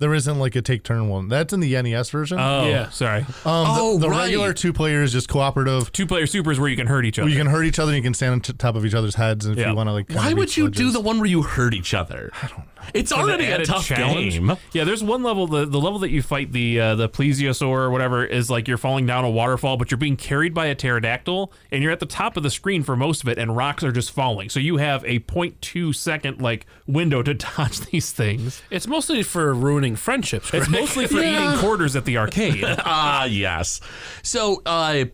[SPEAKER 3] There isn't like a take turn one. That's in the NES version.
[SPEAKER 5] Oh,
[SPEAKER 1] Yeah.
[SPEAKER 5] sorry.
[SPEAKER 3] um,
[SPEAKER 2] oh,
[SPEAKER 3] the, the
[SPEAKER 2] right.
[SPEAKER 3] regular two player is just cooperative.
[SPEAKER 5] Two player super is where you can hurt each other.
[SPEAKER 3] You can hurt each other. and You can stand on t- top of each other's heads, and if
[SPEAKER 5] Yeah.
[SPEAKER 3] you want to like. kinda
[SPEAKER 2] Why would
[SPEAKER 3] reach
[SPEAKER 2] you do
[SPEAKER 3] ledges.
[SPEAKER 2] the one where you hurt each other? I don't know. It's already a
[SPEAKER 5] Added
[SPEAKER 2] tough
[SPEAKER 5] challenge.
[SPEAKER 2] game.
[SPEAKER 5] Yeah, there's one level the, the level that you fight the uh, the plesiosaur or whatever is like you're falling down a waterfall, but you're being carried by a pterodactyl, and you're at the top of the screen for most of it, and rocks are just falling. So you have a 0.2 second like window to [laughs] dodge these things.
[SPEAKER 1] It's mostly for ruining friendships.
[SPEAKER 5] It's mostly
[SPEAKER 1] [laughs]
[SPEAKER 5] for eating quarters at the arcade.
[SPEAKER 2] [laughs]
[SPEAKER 5] [laughs]
[SPEAKER 2] Ah, yes. So, uh,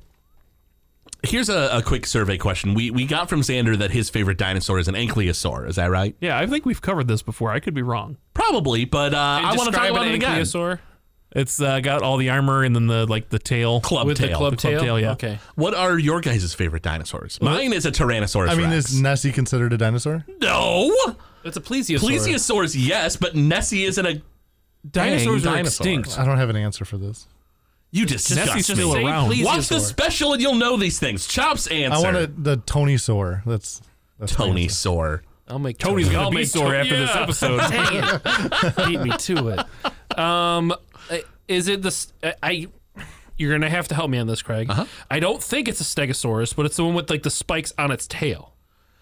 [SPEAKER 2] here's a, a quick survey question. We we got from Xander that his favorite dinosaur is an ankylosaur. Is that right?
[SPEAKER 5] yeah, I think we've covered this before. I could be wrong.
[SPEAKER 2] Probably, but uh, I want to talk
[SPEAKER 1] Describe
[SPEAKER 2] about
[SPEAKER 1] an
[SPEAKER 2] it again.
[SPEAKER 1] ankylosaur
[SPEAKER 5] It's uh, got all the armor and then the like the tail
[SPEAKER 2] Club
[SPEAKER 1] with
[SPEAKER 2] tail.
[SPEAKER 1] the club
[SPEAKER 5] The club
[SPEAKER 1] tail.
[SPEAKER 5] tail, yeah.
[SPEAKER 1] Okay.
[SPEAKER 2] What are your guys' favorite dinosaurs? Mine is a Tyrannosaurus.
[SPEAKER 3] I mean,
[SPEAKER 2] Rex.
[SPEAKER 3] is Nessie considered a dinosaur?
[SPEAKER 2] no
[SPEAKER 1] It's a plesiosaur.
[SPEAKER 2] plesiosaurs. Yes, but Nessie isn't a
[SPEAKER 5] Dinosaurs
[SPEAKER 2] Dang,
[SPEAKER 5] are
[SPEAKER 2] dinosaur.
[SPEAKER 5] extinct.
[SPEAKER 3] I don't have an answer for this.
[SPEAKER 2] You just
[SPEAKER 5] Nessie's
[SPEAKER 2] disgust
[SPEAKER 5] still
[SPEAKER 2] me.
[SPEAKER 5] around.
[SPEAKER 1] please-
[SPEAKER 2] Watch the
[SPEAKER 1] Plesiosaur.
[SPEAKER 2] special and you'll know these things. Chops answer.
[SPEAKER 3] I want a, the Tony Sore. That's, that's my
[SPEAKER 2] Tony
[SPEAKER 3] answer.
[SPEAKER 2] Sore.
[SPEAKER 1] I'll make
[SPEAKER 5] Tony's
[SPEAKER 1] Tony.
[SPEAKER 5] gonna
[SPEAKER 1] I'll
[SPEAKER 5] be
[SPEAKER 1] make
[SPEAKER 5] sore
[SPEAKER 1] Tony-
[SPEAKER 5] after this
[SPEAKER 1] Yeah.
[SPEAKER 5] episode.
[SPEAKER 1] [laughs] Dang it. Beat me to it. Um, uh, is it the s- I- I? You're gonna have to help me on this, Craig.
[SPEAKER 5] Uh-huh.
[SPEAKER 1] I don't think it's a Stegosaurus, but it's the one with like the spikes on its tail.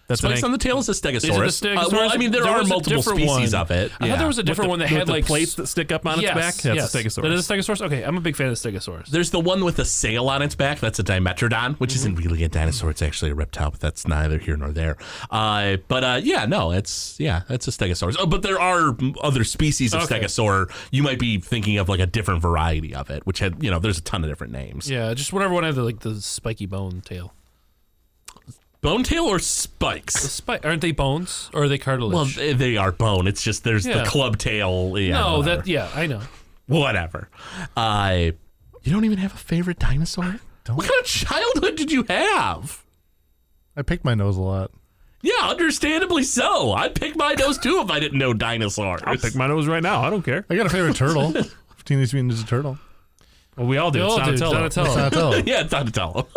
[SPEAKER 5] That's an
[SPEAKER 2] Spikes
[SPEAKER 5] egg.
[SPEAKER 2] on the tail is a
[SPEAKER 1] Is it the
[SPEAKER 2] stegosaurus.
[SPEAKER 1] Stegosaurus?
[SPEAKER 2] Uh, well, I mean, there, are
[SPEAKER 1] was a
[SPEAKER 2] multiple
[SPEAKER 1] different
[SPEAKER 2] species
[SPEAKER 1] one.
[SPEAKER 2] of it.
[SPEAKER 1] I thought there was a different one that
[SPEAKER 5] with
[SPEAKER 1] had
[SPEAKER 5] the
[SPEAKER 1] like
[SPEAKER 5] plates that stick up on
[SPEAKER 1] yes,
[SPEAKER 5] its back. That's
[SPEAKER 1] yes.
[SPEAKER 5] a stegosaurus.
[SPEAKER 1] That is a Stegosaurus. Okay, I'm a big fan of Stegosaurus.
[SPEAKER 2] There's the one with a sail on its back. That's a Dimetrodon, which isn't really a dinosaur. It's actually a reptile, but that's neither here nor there. Uh, but uh, yeah, no, it's yeah, that's a Stegosaurus. Oh, but there are m- other species of
[SPEAKER 1] Okay.
[SPEAKER 2] Stegosaur. You might be thinking of like a different variety of it, which had you know, there's a ton of different names.
[SPEAKER 1] yeah, just whatever one had the, like the spiky bone tail.
[SPEAKER 2] Bone tail or spikes?
[SPEAKER 1] Spike? Aren't they bones or are they cartilage?
[SPEAKER 2] Well, they they are bone. It's just there's
[SPEAKER 1] Yeah.
[SPEAKER 2] the club tail. Yeah,
[SPEAKER 1] no,
[SPEAKER 2] whatever.
[SPEAKER 1] Oh, that yeah, I know.
[SPEAKER 2] whatever. Uh, you don't even have a favorite dinosaur. What kind of childhood did you have?
[SPEAKER 3] I picked my nose a lot.
[SPEAKER 2] Yeah, understandably so. I'd pick my nose too if I didn't know dinosaurs.
[SPEAKER 5] I'll pick my nose right now. I don't care.
[SPEAKER 3] I got a favorite
[SPEAKER 2] [laughs]
[SPEAKER 3] turtle. Teenage Mutant Ninja Turtle.
[SPEAKER 5] Well, we all do.
[SPEAKER 1] They
[SPEAKER 5] It's
[SPEAKER 1] all do.
[SPEAKER 5] Oh, Donatello.
[SPEAKER 1] Donatello.
[SPEAKER 5] [laughs]
[SPEAKER 3] [laughs] Donatello. Um,
[SPEAKER 2] yeah, it's [laughs] Donatello.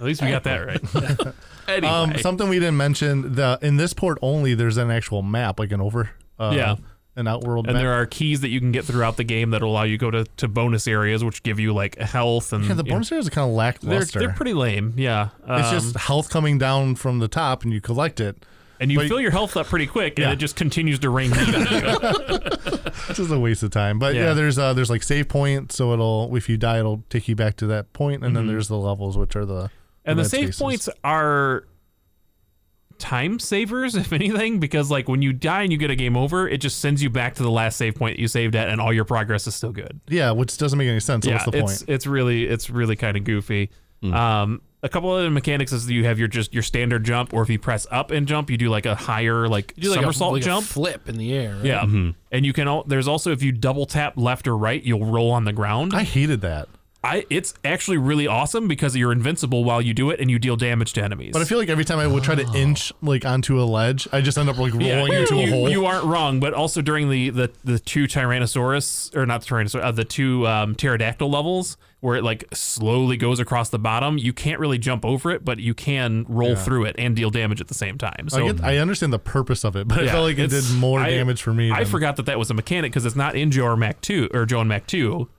[SPEAKER 5] At least we got that
[SPEAKER 1] [laughs]
[SPEAKER 5] right.
[SPEAKER 2] anyway,
[SPEAKER 3] Um, something we didn't mention: the in this port only, there's an actual map, like an over, uh,
[SPEAKER 5] Yeah.
[SPEAKER 3] an outworld.
[SPEAKER 5] And
[SPEAKER 3] map.
[SPEAKER 5] there are keys that you can get throughout the game that'll allow you to go to, to bonus areas, which give you like health and
[SPEAKER 3] yeah, the
[SPEAKER 5] you know,
[SPEAKER 3] bonus areas are kind of lackluster.
[SPEAKER 5] They're, they're pretty lame. Yeah.
[SPEAKER 3] it's
[SPEAKER 5] Um,
[SPEAKER 3] just health coming down from the top, and you collect it.
[SPEAKER 5] and you
[SPEAKER 3] but-
[SPEAKER 5] fill your health up pretty quick,
[SPEAKER 3] Yeah.
[SPEAKER 5] and it just continues to rain [laughs] heat on you.
[SPEAKER 3] It's just a waste of time. But yeah,
[SPEAKER 5] Yeah.
[SPEAKER 3] there's uh, there's like save point, so it'll if you die, it'll take you back to that point, and then there's the levels, which are the
[SPEAKER 5] Mm-hmm. and the
[SPEAKER 3] red
[SPEAKER 5] save
[SPEAKER 3] spaces.
[SPEAKER 5] points are time savers [laughs] if anything because like when you die and you get a game over it just sends you back to the last save point that you saved at and all your progress is still good
[SPEAKER 3] Yeah, which doesn't make any sense. So
[SPEAKER 5] yeah
[SPEAKER 3] What's the point?
[SPEAKER 5] it's it's really it's really kind of goofy um a couple other mechanics is you have your just your standard jump or if you press up and jump you do like a higher like
[SPEAKER 1] You do like a-
[SPEAKER 5] somersault
[SPEAKER 1] like a
[SPEAKER 5] jump
[SPEAKER 1] flip in the air. right?
[SPEAKER 5] yeah and you can all there's also if you double tap left or right you'll roll on the ground
[SPEAKER 3] I hated that,
[SPEAKER 5] I it's actually really awesome because you're invincible while you do it and you deal damage to enemies
[SPEAKER 3] but I feel like every time I would try to inch like onto a ledge, I just end up like rolling into a
[SPEAKER 5] you,
[SPEAKER 3] hole.
[SPEAKER 5] you aren't wrong, but also during the the, the two Tyrannosaurus or not Tyrannosaurus, uh, the two um, pterodactyl levels where it like slowly goes across the bottom, you can't really jump over it, but you can roll through it and deal damage at the same time. So
[SPEAKER 3] I, get, I understand the purpose of it, but I
[SPEAKER 5] yeah,
[SPEAKER 3] felt like it did
[SPEAKER 5] it's-
[SPEAKER 3] more
[SPEAKER 5] I-
[SPEAKER 3] damage for me.
[SPEAKER 5] I
[SPEAKER 3] than-
[SPEAKER 5] forgot that that was a mechanic because it's not in Joe or Mac two or Joe and Mac two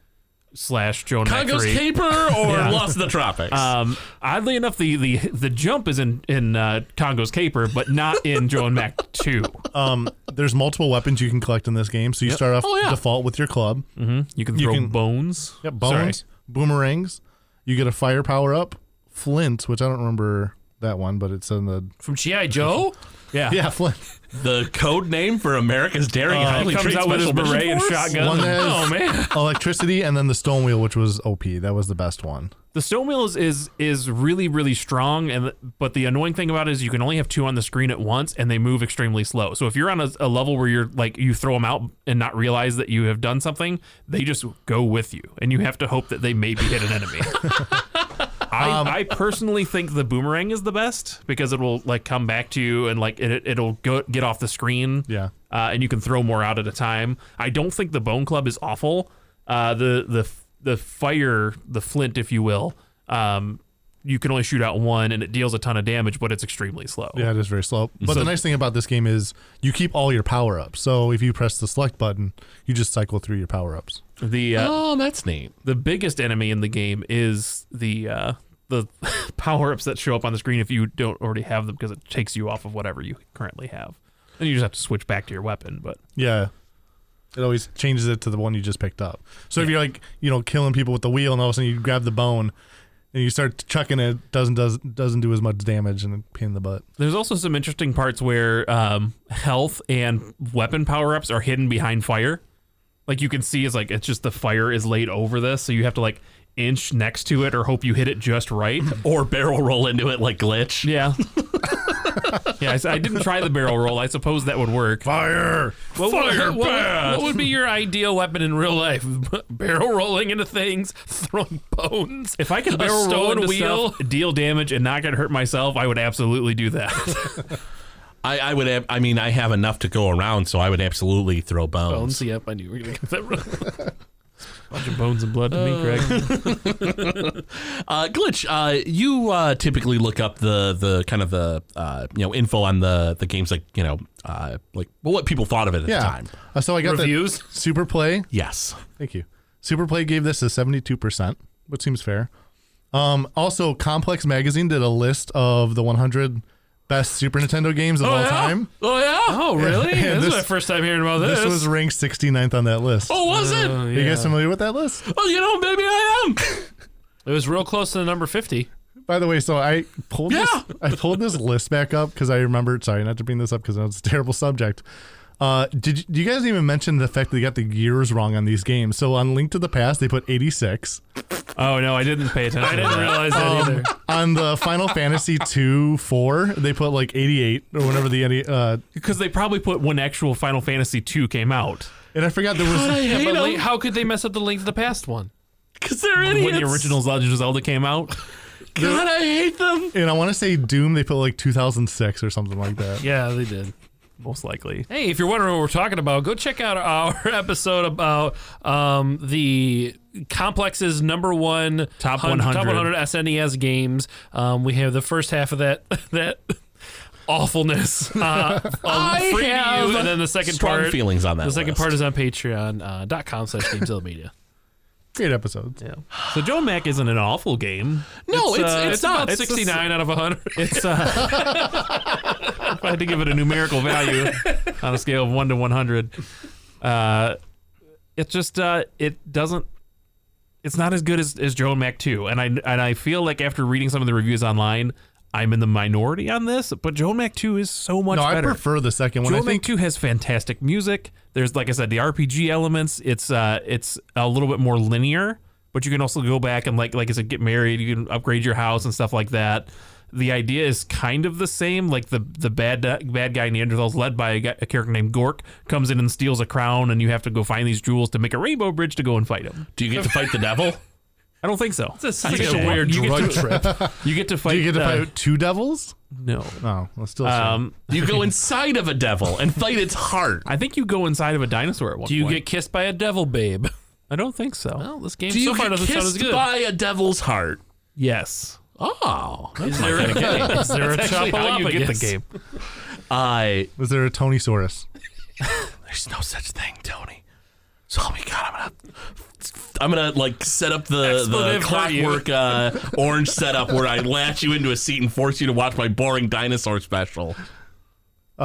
[SPEAKER 5] slash Joe and Mac
[SPEAKER 2] Congo's
[SPEAKER 5] three.
[SPEAKER 2] Caper or Lost in the Tropics.
[SPEAKER 5] Um, oddly enough, the, the the jump is in in uh, Congo's Caper, but not in Joe and Mac two.
[SPEAKER 3] Um, there's multiple weapons you can collect in this game. So you start off
[SPEAKER 5] Oh,
[SPEAKER 3] default with your club.
[SPEAKER 5] You can
[SPEAKER 3] You
[SPEAKER 5] throw
[SPEAKER 3] can-
[SPEAKER 5] bones.
[SPEAKER 3] Yep, bones, boomerangs. You get a fire power up, flint, which I don't remember that one, but it's in the
[SPEAKER 1] From GI Joe.
[SPEAKER 5] Yeah.
[SPEAKER 3] [laughs] yeah flint.
[SPEAKER 2] the code name for America's Daring
[SPEAKER 5] Uh,
[SPEAKER 2] Highly
[SPEAKER 5] he comes
[SPEAKER 2] Trained
[SPEAKER 5] out with his
[SPEAKER 2] Special Mission
[SPEAKER 5] beret and
[SPEAKER 2] Force?
[SPEAKER 5] shotgun.
[SPEAKER 3] One that
[SPEAKER 5] oh
[SPEAKER 3] has-
[SPEAKER 5] man,
[SPEAKER 3] Electricity and then the stone wheel, which was OP. That was the best one.
[SPEAKER 5] the stone wheel is, is is really really strong, and but the annoying thing about it is you can only have two on the screen at once, and they move extremely slow. So if you're on a, a level where you're like you throw them out and not realize that you have done something, they just go with you, and you have to hope that they maybe hit an enemy. [laughs] I, I personally think the boomerang is the best because it will like come back to you and like it, it'll go get off the screen.
[SPEAKER 3] Yeah.
[SPEAKER 5] uh, and you can throw more out at a time. I don't think the Bone Club is awful. Uh, the the the fire, the flint, if you will, um, you can only shoot out one, and it deals a ton of damage, but it's extremely slow.
[SPEAKER 3] Yeah, it is very slow. But the nice thing about this game is you keep all your power ups. So if you press the select button, you just cycle through your power ups.
[SPEAKER 5] The uh,
[SPEAKER 2] Oh, that's neat.
[SPEAKER 5] the biggest enemy in the game is the uh, the [laughs] power ups that show up on the screen if you don't already have them because it takes you off of whatever you currently have. And you just have to switch back to your weapon, but
[SPEAKER 3] Yeah. It always changes it to the one you just picked up. So if you're like, you know, killing people with the wheel and all of a sudden you grab the bone and you start chucking it, it doesn't does doesn't do as much damage and a pain in the butt.
[SPEAKER 5] There's also some interesting parts where um, health and weapon power ups are hidden behind fire. Like you can see, is like it's just the fire is laid over this, so you have to like inch next to it or hope you hit it just [laughs] right.
[SPEAKER 2] Or barrel roll into it like glitch.
[SPEAKER 5] yeah. yeah, I, s- I didn't try the barrel roll. I suppose that would work.
[SPEAKER 3] Fire.
[SPEAKER 1] What, Fire what, what would be your ideal weapon in real life? Barrel rolling into things, throwing bones.
[SPEAKER 5] If I could
[SPEAKER 1] A
[SPEAKER 5] barrel roll
[SPEAKER 1] stone
[SPEAKER 5] into
[SPEAKER 1] wheel?
[SPEAKER 5] stuff, deal damage, and not get hurt myself, I would absolutely do [laughs] that.
[SPEAKER 2] I, I would. Ab- I mean, I have enough to go around, so I would absolutely throw bones.
[SPEAKER 1] Bones, yep, I knew we were going to get that wrong.
[SPEAKER 5] bunch of bones and blood to me, [laughs] Greg.
[SPEAKER 2] Uh, Glitch, uh, you uh, typically look up the the kind of the uh, you know info on the the games like you know uh, like well, what people thought of it at
[SPEAKER 3] Yeah.
[SPEAKER 2] the time.
[SPEAKER 3] Uh, so I got
[SPEAKER 1] Reviews?
[SPEAKER 3] the Super Play.
[SPEAKER 2] Yes.
[SPEAKER 3] Thank you. Superplay gave this a 72%, which seems fair. Um, also, Complex Magazine did a list of the 100 best Super Nintendo games of all time.
[SPEAKER 2] Oh yeah.
[SPEAKER 1] Oh, really?
[SPEAKER 5] [laughs]
[SPEAKER 3] Yeah,
[SPEAKER 1] this, is
[SPEAKER 3] this-
[SPEAKER 1] my first time hearing about this.
[SPEAKER 3] This was ranked 69th on that list.
[SPEAKER 2] Oh, was it?
[SPEAKER 1] Uh,
[SPEAKER 3] Are you
[SPEAKER 1] yeah.
[SPEAKER 3] guys familiar with that list?
[SPEAKER 2] Oh, you know, maybe I am.
[SPEAKER 1] It was real close to the number 50.
[SPEAKER 3] By the way, so I pulled
[SPEAKER 2] Yeah.
[SPEAKER 3] this I pulled this list back up because I remembered. Sorry, not to bring this up because it's a terrible subject. Uh, did, you- do you guys even mention the fact that they got the years wrong on these games? So on Link to the Past, they put 86.
[SPEAKER 5] oh no, I didn't pay attention. Oh,
[SPEAKER 1] I didn't realize that either.
[SPEAKER 3] on the Final Fantasy 2 4, they put like 88 or whenever the any- uh
[SPEAKER 5] because they probably put when actual Final Fantasy II came out.
[SPEAKER 3] and I forgot there was
[SPEAKER 1] Yeah, but like, how could they mess up the link to the past one?
[SPEAKER 2] Because they're idiots.
[SPEAKER 5] When the original Legend of Zelda came out,
[SPEAKER 2] God, I hate them.
[SPEAKER 3] and I want to say Doom they put like 2006 or something like that.
[SPEAKER 1] Yeah, they did. [laughs]
[SPEAKER 5] most likely.
[SPEAKER 1] Hey, if you're wondering what we're talking about, go check out our [laughs] episode about um, the complex's number one
[SPEAKER 5] Top
[SPEAKER 1] hun-
[SPEAKER 5] 100.
[SPEAKER 1] top 100 SNES E games. Um, we have the first half of that [laughs] that awfulness uh, of free to you,
[SPEAKER 5] uh,
[SPEAKER 1] and then the second
[SPEAKER 2] strong
[SPEAKER 1] part.
[SPEAKER 2] feelings on that.
[SPEAKER 1] The second
[SPEAKER 2] list.
[SPEAKER 1] part is on Patreon.com slash Gamezilla Media.
[SPEAKER 3] Great episodes.
[SPEAKER 5] So Joe Mac isn't an awful game.
[SPEAKER 2] No, it's-
[SPEAKER 5] uh,
[SPEAKER 2] it's not.
[SPEAKER 1] About
[SPEAKER 5] It's a-
[SPEAKER 1] 69 out of 100.
[SPEAKER 5] It's uh, if [laughs] I had to give it a numerical
[SPEAKER 1] [laughs]
[SPEAKER 5] value on a scale of one to one hundred, uh, it's just uh, it doesn't. It's not as good as, as Joe and Mac two, and I and I feel like after reading some of the reviews online, I'm in the minority on this. But Joe and Mac two is so much
[SPEAKER 3] No, I
[SPEAKER 5] better.
[SPEAKER 3] prefer the second one.
[SPEAKER 5] Joe
[SPEAKER 3] I
[SPEAKER 5] and Mac
[SPEAKER 3] think
[SPEAKER 5] two has fantastic music. There's like I said, the RPG elements. It's uh, it's a little bit more linear, but you can also go back and like like I said, get married. You can upgrade your house and stuff like that. The idea is kind of the same. Like the the bad uh, bad guy Neanderthals, led by a, guy, a character named Gork, comes in and steals a crown, and you have to go find these jewels to make a rainbow bridge to go and fight him.
[SPEAKER 2] Do you get to fight the [laughs] devil?
[SPEAKER 5] I don't think so.
[SPEAKER 1] It's
[SPEAKER 5] I
[SPEAKER 1] such
[SPEAKER 5] think
[SPEAKER 1] a
[SPEAKER 5] you
[SPEAKER 1] weird
[SPEAKER 5] get to-
[SPEAKER 1] drug trip.
[SPEAKER 5] [laughs] You get to fight.
[SPEAKER 3] do you get to
[SPEAKER 5] uh,
[SPEAKER 3] fight two devils?
[SPEAKER 5] No.
[SPEAKER 3] No, that's still
[SPEAKER 5] Um,
[SPEAKER 2] You go inside of a devil and fight its heart.
[SPEAKER 5] I think you go inside of a dinosaur at one
[SPEAKER 1] Do you
[SPEAKER 5] point.
[SPEAKER 1] get kissed by a devil babe?
[SPEAKER 5] I don't think so.
[SPEAKER 1] Well, this game
[SPEAKER 2] Do you
[SPEAKER 1] so far
[SPEAKER 2] get
[SPEAKER 1] doesn't sound as
[SPEAKER 2] kissed
[SPEAKER 1] good.
[SPEAKER 2] by a devil's heart?
[SPEAKER 5] Yes.
[SPEAKER 2] Oh,
[SPEAKER 1] Is there [laughs] a game? Is there a
[SPEAKER 5] Actually, how you get the
[SPEAKER 1] Chopalopagus?
[SPEAKER 5] game.
[SPEAKER 2] I.
[SPEAKER 3] Was there a Tony Saurus?
[SPEAKER 2] There's no such thing, Tony. So help me God, I'm gonna. I'm gonna like set up the, the
[SPEAKER 1] Expletive for
[SPEAKER 2] clockwork uh, orange setup where I latch you into a seat and force you to watch my boring dinosaur special.
[SPEAKER 3] [laughs]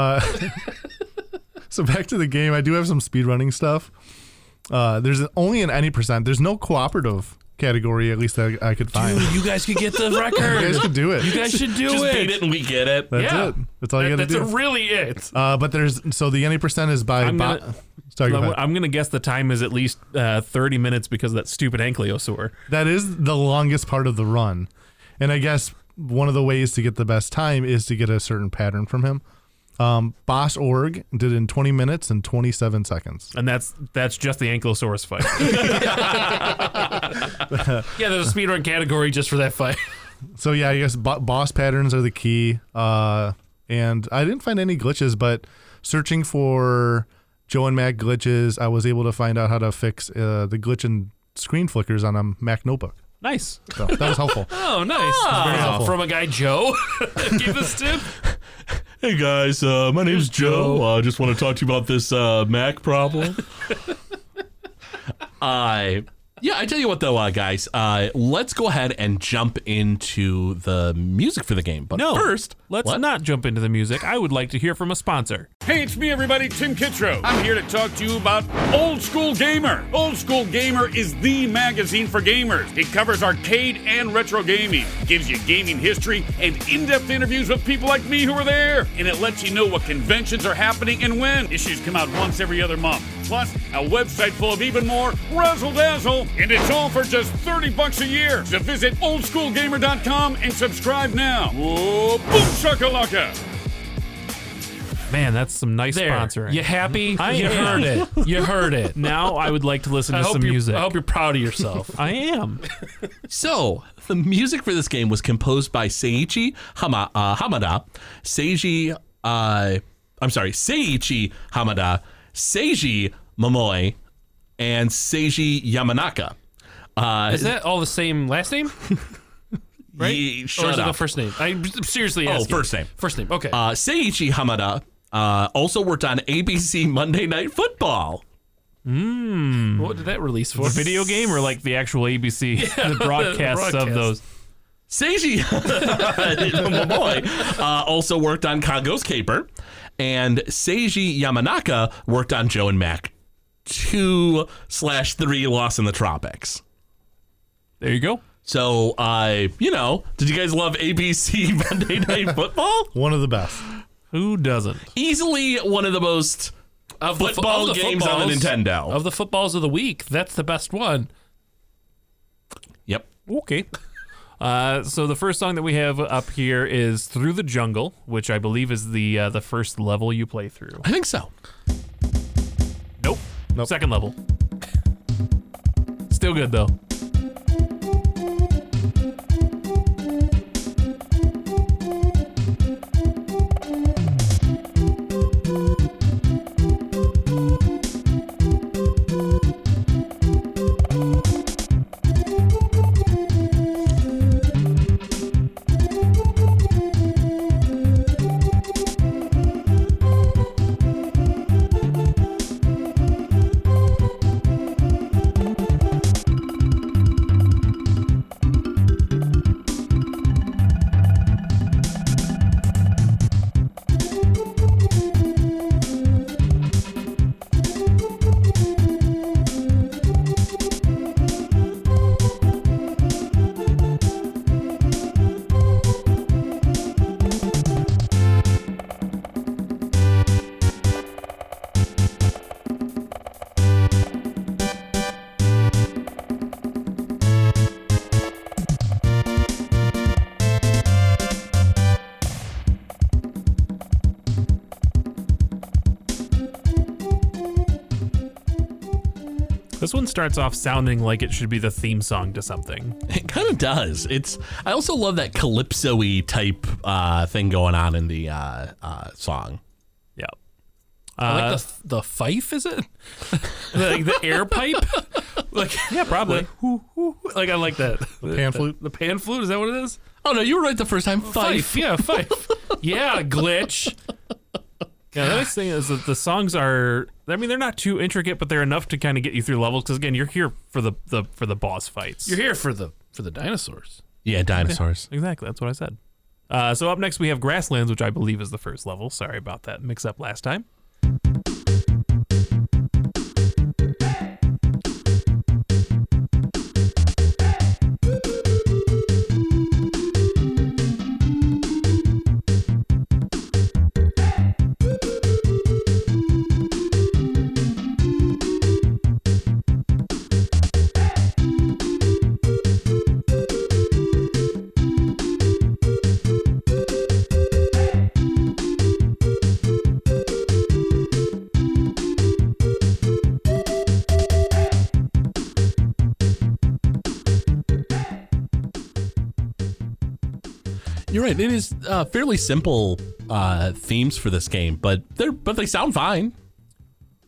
[SPEAKER 3] So back to the game. I do have some speedrunning stuff. Uh, there's only an any percent. There's no cooperative category, at least I, I could find.
[SPEAKER 1] [laughs] You guys could get the
[SPEAKER 3] You
[SPEAKER 1] record.
[SPEAKER 3] guys could do it.
[SPEAKER 1] You guys [laughs] should do
[SPEAKER 2] Just
[SPEAKER 1] it.
[SPEAKER 2] beat it and we get it.
[SPEAKER 3] that's
[SPEAKER 1] yeah.
[SPEAKER 3] it. That's all you got to
[SPEAKER 1] That's
[SPEAKER 3] do.
[SPEAKER 1] really it.
[SPEAKER 3] uh, but there's so the any percent is by.
[SPEAKER 5] I'm
[SPEAKER 3] bo-
[SPEAKER 5] gonna-
[SPEAKER 3] Sorry, go
[SPEAKER 5] I'm,
[SPEAKER 3] ahead.
[SPEAKER 5] I'm gonna guess the time is at least uh, 30 minutes because of that stupid ankylosaur.
[SPEAKER 3] That is the longest part of the run. And I guess one of the ways to get the best time is to get a certain pattern from him. Um, Boss Org did it in 20 minutes and 27 seconds.
[SPEAKER 5] and that's that's just the ankylosaurus fight.
[SPEAKER 1] [laughs]
[SPEAKER 5] [laughs]
[SPEAKER 1] Yeah, there's a speedrun category just for that fight.
[SPEAKER 3] So, yeah, I guess bo- boss patterns are the key. Uh, and I didn't find any glitches, but searching for Joe and Mac glitches, I was able to find out how to fix uh, the glitch in screen flickers on a Mac notebook.
[SPEAKER 5] nice.
[SPEAKER 3] So that was
[SPEAKER 5] [laughs]
[SPEAKER 3] helpful.
[SPEAKER 1] Oh, nice.
[SPEAKER 3] helpful.
[SPEAKER 1] From a guy Joe. Give this tip.
[SPEAKER 2] Hey guys, uh, my name's Joe. I uh, just want to talk to you about this uh, Mac problem. [laughs] I. yeah, I tell you what though, uh, guys, uh, let's go ahead and jump into the music for the game. But
[SPEAKER 5] No,
[SPEAKER 2] first,
[SPEAKER 5] let's
[SPEAKER 2] what?
[SPEAKER 5] not jump into the music. I would like to hear from a sponsor.
[SPEAKER 6] Hey, it's me, everybody, Tim Kittrow. I'm here to talk to you about Old School Gamer. Old School Gamer is the magazine for gamers. It covers arcade and retro gaming, gives you gaming history and in depth interviews with people like me who were there, and it lets you know what conventions are happening and when. Issues come out once every other month. Plus, a website full of even more razzle dazzle, and it's all for just 30 bucks a year. So visit oldschoolgamer.com and subscribe now. Whoa, boom shakalaka!
[SPEAKER 5] Man, that's some nice
[SPEAKER 1] There.
[SPEAKER 5] sponsoring.
[SPEAKER 1] You happy?
[SPEAKER 5] [laughs] I
[SPEAKER 1] you
[SPEAKER 5] am.
[SPEAKER 1] heard it. You heard it.
[SPEAKER 5] [laughs] Now I would like to listen
[SPEAKER 1] I
[SPEAKER 5] to
[SPEAKER 1] hope,
[SPEAKER 5] some
[SPEAKER 1] you're,
[SPEAKER 5] music.
[SPEAKER 1] I hope you're proud of yourself.
[SPEAKER 5] I am.
[SPEAKER 2] So, the music for this game was composed by Seiichi Hama, uh, Hamada, Seiji, uh, I'm sorry, Seiichi Hamada, Seiji Momoi, and Seiji Yamanaka. Uh,
[SPEAKER 1] Is that all the same last name? Right?
[SPEAKER 2] ye-
[SPEAKER 1] or
[SPEAKER 2] shut
[SPEAKER 1] is it the
[SPEAKER 2] up.
[SPEAKER 1] first name? I'm seriously
[SPEAKER 2] Oh,
[SPEAKER 1] asking.
[SPEAKER 2] first name.
[SPEAKER 1] First name. Okay.
[SPEAKER 2] Uh, Seiichi Hamada uh, also worked on ABC Monday Night Football.
[SPEAKER 1] what did that release for?
[SPEAKER 5] Video game or like the actual
[SPEAKER 1] [laughs]
[SPEAKER 5] ABC, the broadcasts
[SPEAKER 1] broadcast.
[SPEAKER 5] of those.
[SPEAKER 2] Seiji, [laughs] my boy, uh, also worked on Congo's Caper, and Seiji Yamanaka worked on Joe and Mac two slash three Lost in the Tropics.
[SPEAKER 5] There you go.
[SPEAKER 2] So, uh, you know, did you guys love ABC [laughs] Monday Night Football?
[SPEAKER 3] One of the best.
[SPEAKER 5] Who doesn't?
[SPEAKER 2] Easily one of the most
[SPEAKER 1] of the, fo-
[SPEAKER 2] football
[SPEAKER 1] of the
[SPEAKER 2] games on the
[SPEAKER 1] footballs-
[SPEAKER 2] Nintendo.
[SPEAKER 1] Of the footballs of the week, that's the best one.
[SPEAKER 2] yep.
[SPEAKER 5] Okay. Uh, so the first song that we have up here is "Through the Jungle," which I believe is the uh, the first level you play through.
[SPEAKER 2] I think so.
[SPEAKER 5] Nope. Second level. Still good though. This one starts off sounding like it should be the theme song to something.
[SPEAKER 2] It kind of does. It's. I also love that calypso-y type uh, thing going on in the uh, uh, song.
[SPEAKER 5] Yeah. Uh,
[SPEAKER 1] like the, the fife, is it? like the air [laughs] pipe? Like yeah, probably. like I like that. The
[SPEAKER 3] Pan flute.
[SPEAKER 1] The pan flute is that what it is?
[SPEAKER 2] Oh no, you were right the first time. Fife.
[SPEAKER 1] Fife, yeah, fife. yeah, glitch.
[SPEAKER 5] Yeah, the nice thing is that the songs are. I mean, they're not too intricate, but they're enough to kind of get you through levels. Because again, you're here for the, the for the boss fights.
[SPEAKER 1] You're here for the for the dinosaurs.
[SPEAKER 2] Yeah, dinosaurs.
[SPEAKER 5] Exactly. That's what I said. Uh, so up next we have Grasslands, which I believe is the first level. Sorry about that mix up last time.
[SPEAKER 2] You're right. It is uh, fairly simple uh, themes for this game, but they're but they sound fine.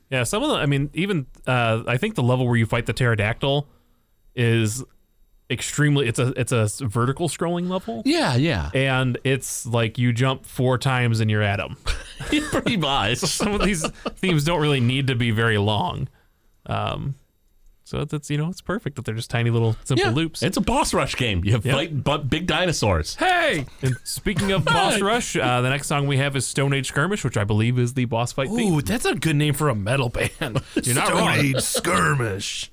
[SPEAKER 5] Yeah, some of the. I mean, even uh, I think the level where you fight the pterodactyl is extremely. It's a it's a s- vertical scrolling level,
[SPEAKER 2] Yeah, yeah. [laughs]
[SPEAKER 5] and it's like you jump four times and you're at them.
[SPEAKER 2] Pretty
[SPEAKER 5] [laughs]
[SPEAKER 2] much.
[SPEAKER 5] some of these themes don't really need to be very long. Um, so that's you know it's perfect that they're just tiny little simple
[SPEAKER 2] Yeah,
[SPEAKER 5] loops.
[SPEAKER 2] It's a boss rush game. You
[SPEAKER 5] Yeah.
[SPEAKER 2] fight but big dinosaurs.
[SPEAKER 1] Hey!
[SPEAKER 5] and speaking of boss rush, uh, the next song we have is Stone Age Skirmish, which I believe is the boss fight theme.
[SPEAKER 1] Ooh, that's a good name for a metal band. You're not
[SPEAKER 3] Stone
[SPEAKER 1] wrong.
[SPEAKER 3] Age skirmish.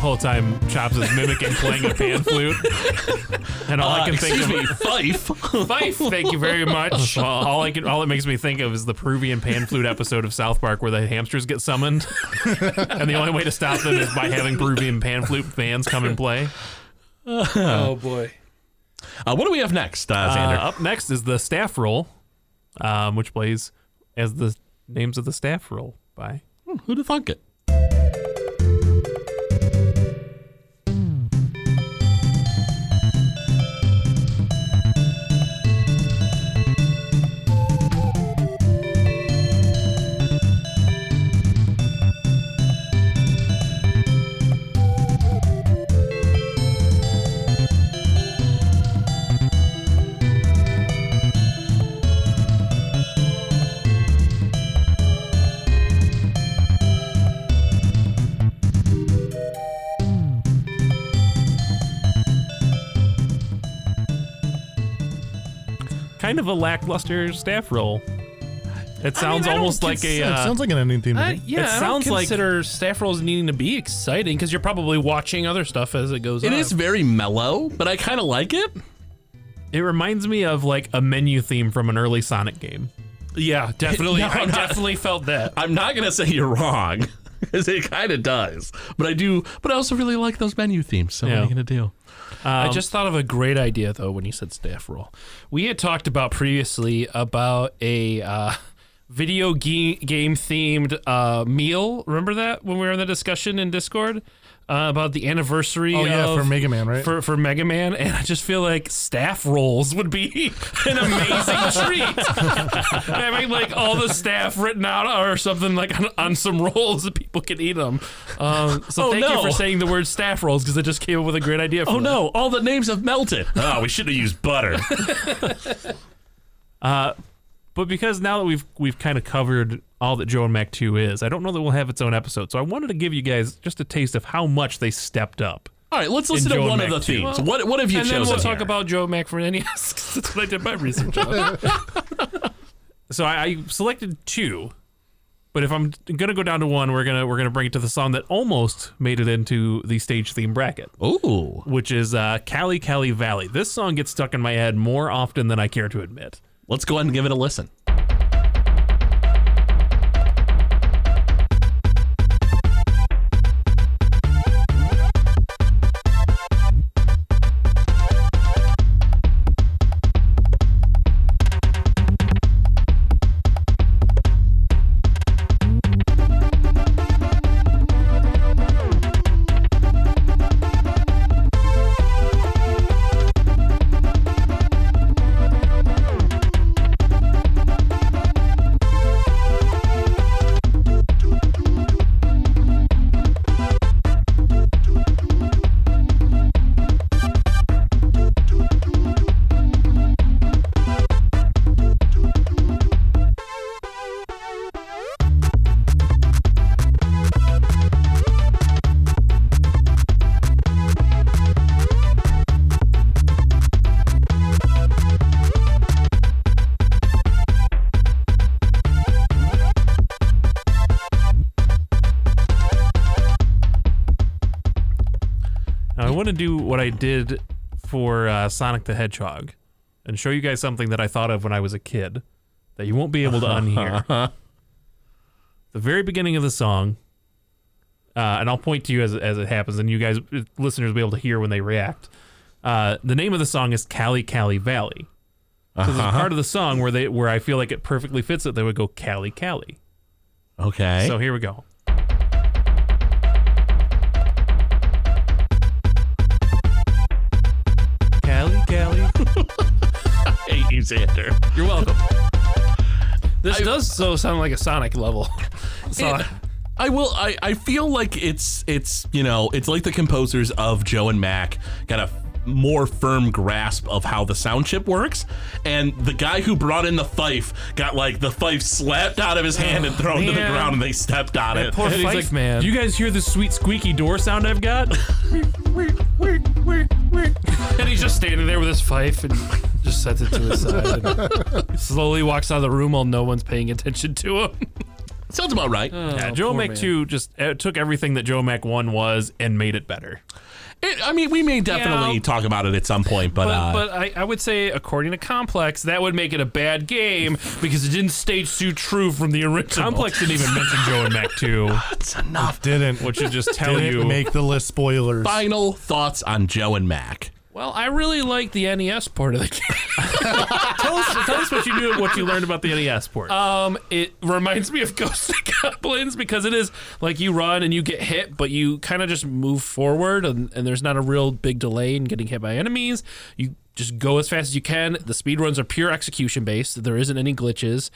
[SPEAKER 5] whole time Chops is mimicking playing a pan flute. And all
[SPEAKER 2] Uh,
[SPEAKER 5] I can think
[SPEAKER 2] excuse
[SPEAKER 5] of
[SPEAKER 2] me, Fife.
[SPEAKER 5] Fife, thank you very
[SPEAKER 2] [laughs]
[SPEAKER 5] much. all, all I can, all it makes me think of is the Peruvian pan flute episode of South Park where the hamsters get summoned, and the only way to stop them is by having Peruvian pan flute fans come and play.
[SPEAKER 1] Oh boy.
[SPEAKER 2] Uh, what do we have next, uh,
[SPEAKER 5] Uh,
[SPEAKER 2] Xander?
[SPEAKER 5] up next is the staff roll, um, which plays as the names of the staff roll by
[SPEAKER 2] Who'd have thunk it?
[SPEAKER 5] kind of a lackluster staff roll. It sounds
[SPEAKER 1] I don't
[SPEAKER 5] almost like a
[SPEAKER 3] Yeah, it
[SPEAKER 5] uh,
[SPEAKER 3] sounds like an ending theme. to
[SPEAKER 1] I,
[SPEAKER 3] me.
[SPEAKER 1] yeah,
[SPEAKER 5] It
[SPEAKER 1] I don't
[SPEAKER 5] sounds like-
[SPEAKER 1] consider staff roles needing to be exciting because you're probably watching other stuff as it goes
[SPEAKER 2] It
[SPEAKER 1] on.
[SPEAKER 2] is very mellow, but I kind of like it.
[SPEAKER 5] it reminds me of like a menu theme from an early Sonic
[SPEAKER 1] [laughs]
[SPEAKER 5] game.
[SPEAKER 1] Yeah, definitely.
[SPEAKER 2] No,
[SPEAKER 1] I
[SPEAKER 2] not-
[SPEAKER 1] definitely felt that.
[SPEAKER 2] I'm not gonna say you're wrong, [laughs] because it kind of does. But I do. But I also really like those menu themes. So what are
[SPEAKER 5] Yeah.
[SPEAKER 2] you gonna do?
[SPEAKER 1] I just thought of a great idea though when you said staff roll. We had talked about previously about a uh, video ge- game themed uh, meal. Remember that when we were in the discussion in Discord uh, about the anniversary?
[SPEAKER 3] Oh, yeah,
[SPEAKER 1] of-
[SPEAKER 3] for Mega Man, right?
[SPEAKER 1] For, for Mega Man, and I just feel like staff rolls would be [laughs] an
[SPEAKER 5] [laughs]
[SPEAKER 1] amazing treat. Having like all the staff written out or something like on, on some rolls that people can eat them. Um, so
[SPEAKER 2] Oh,
[SPEAKER 1] thank you
[SPEAKER 2] no.
[SPEAKER 1] for saying the word staff rolls because I just came up with a great idea. For
[SPEAKER 2] Oh
[SPEAKER 1] that.
[SPEAKER 2] no! All the names have melted. [laughs] Oh, we should have
[SPEAKER 5] [laughs]
[SPEAKER 2] used butter.
[SPEAKER 5] Uh, But because now that we've we've kind of covered all that Joe and Mac 2 is, I don't know that we'll have its own episode. So I wanted to give you guys just a taste of how much they stepped up.
[SPEAKER 2] All right, let's listen
[SPEAKER 5] Enjoy
[SPEAKER 2] to one of
[SPEAKER 5] Mac
[SPEAKER 2] the
[SPEAKER 5] too.
[SPEAKER 2] themes. what What have you
[SPEAKER 1] and
[SPEAKER 2] chosen?
[SPEAKER 1] then we'll talk
[SPEAKER 2] here?
[SPEAKER 1] about Joe Mac for NES 'cause that's what I did my research on.
[SPEAKER 5] [laughs] So I, I selected two, but if I'm gonna go down to one, we're gonna we're gonna bring it to the song that almost made it into the stage theme bracket,
[SPEAKER 2] Ooh,
[SPEAKER 5] which is uh, "Cali Cali Valley." This song gets stuck in my head more often than I care to admit.
[SPEAKER 2] let's go ahead and give it a listen.
[SPEAKER 5] Now, I want to do what I did for uh, Sonic the Hedgehog and show you guys something that I thought of when I was a kid that you won't be able to [laughs] unhear. the very beginning of the song, uh, and I'll point to you as, [laughs] as it happens, and you guys, listeners, will be able to hear when they react. Uh, the name of the song is Cali Cali Valley. So there's a part of the song where they where I feel like it perfectly fits it. They would go Cali Cali.
[SPEAKER 2] Okay.
[SPEAKER 5] So here we go. Cali Cali.
[SPEAKER 2] hate you, Xander.
[SPEAKER 5] You're welcome.
[SPEAKER 1] This does so sound like a Sonic level. Sonic.
[SPEAKER 2] I will. I, I feel like it's it's you know it's like the composers of Joe and Mac got a more firm grasp of how the sound chip works, and the guy who brought in the fife got like the fife slapped out of his
[SPEAKER 5] [sighs]
[SPEAKER 2] hand and thrown to the
[SPEAKER 1] man.
[SPEAKER 2] ground, and they stepped on it.
[SPEAKER 1] poor
[SPEAKER 5] And he's
[SPEAKER 1] Fife
[SPEAKER 5] like,
[SPEAKER 1] man.
[SPEAKER 5] You guys hear the sweet squeaky door sound I've got?
[SPEAKER 1] and he's just standing there with his fife and just sets it to his side and slowly walks out of the room while no one's paying attention to him.
[SPEAKER 2] Sounds about right.
[SPEAKER 1] Yeah, Joe Mac 2 just uh, took everything that Joe Mac 1 was and made it better.
[SPEAKER 2] It- I mean, we may definitely
[SPEAKER 5] Yeah.
[SPEAKER 2] talk about it at some point, but,
[SPEAKER 5] But,
[SPEAKER 2] uh,
[SPEAKER 5] but I, I would say, according to Complex, that would make it a bad game because it didn't stage too true from the original.
[SPEAKER 1] Complex didn't even mention Joe and Mac 2,
[SPEAKER 2] that's enough.
[SPEAKER 3] Didn't
[SPEAKER 1] which should just tell
[SPEAKER 3] didn't
[SPEAKER 1] you.
[SPEAKER 3] make the list spoilers.
[SPEAKER 2] Final thoughts on Joe and Mac.
[SPEAKER 5] Well, I really like the E NES part of the game.
[SPEAKER 1] tell, us, [laughs] tell us what you knew, what you learned about the E NES port.
[SPEAKER 5] Um, it reminds me of [laughs] Ghosts and Goblins because it is like you run and you get hit, but you kind of just move forward, and, and there's not a real big delay in getting hit by enemies. You just go as fast as you can. The speed runs are pure execution based. There isn't any glitches.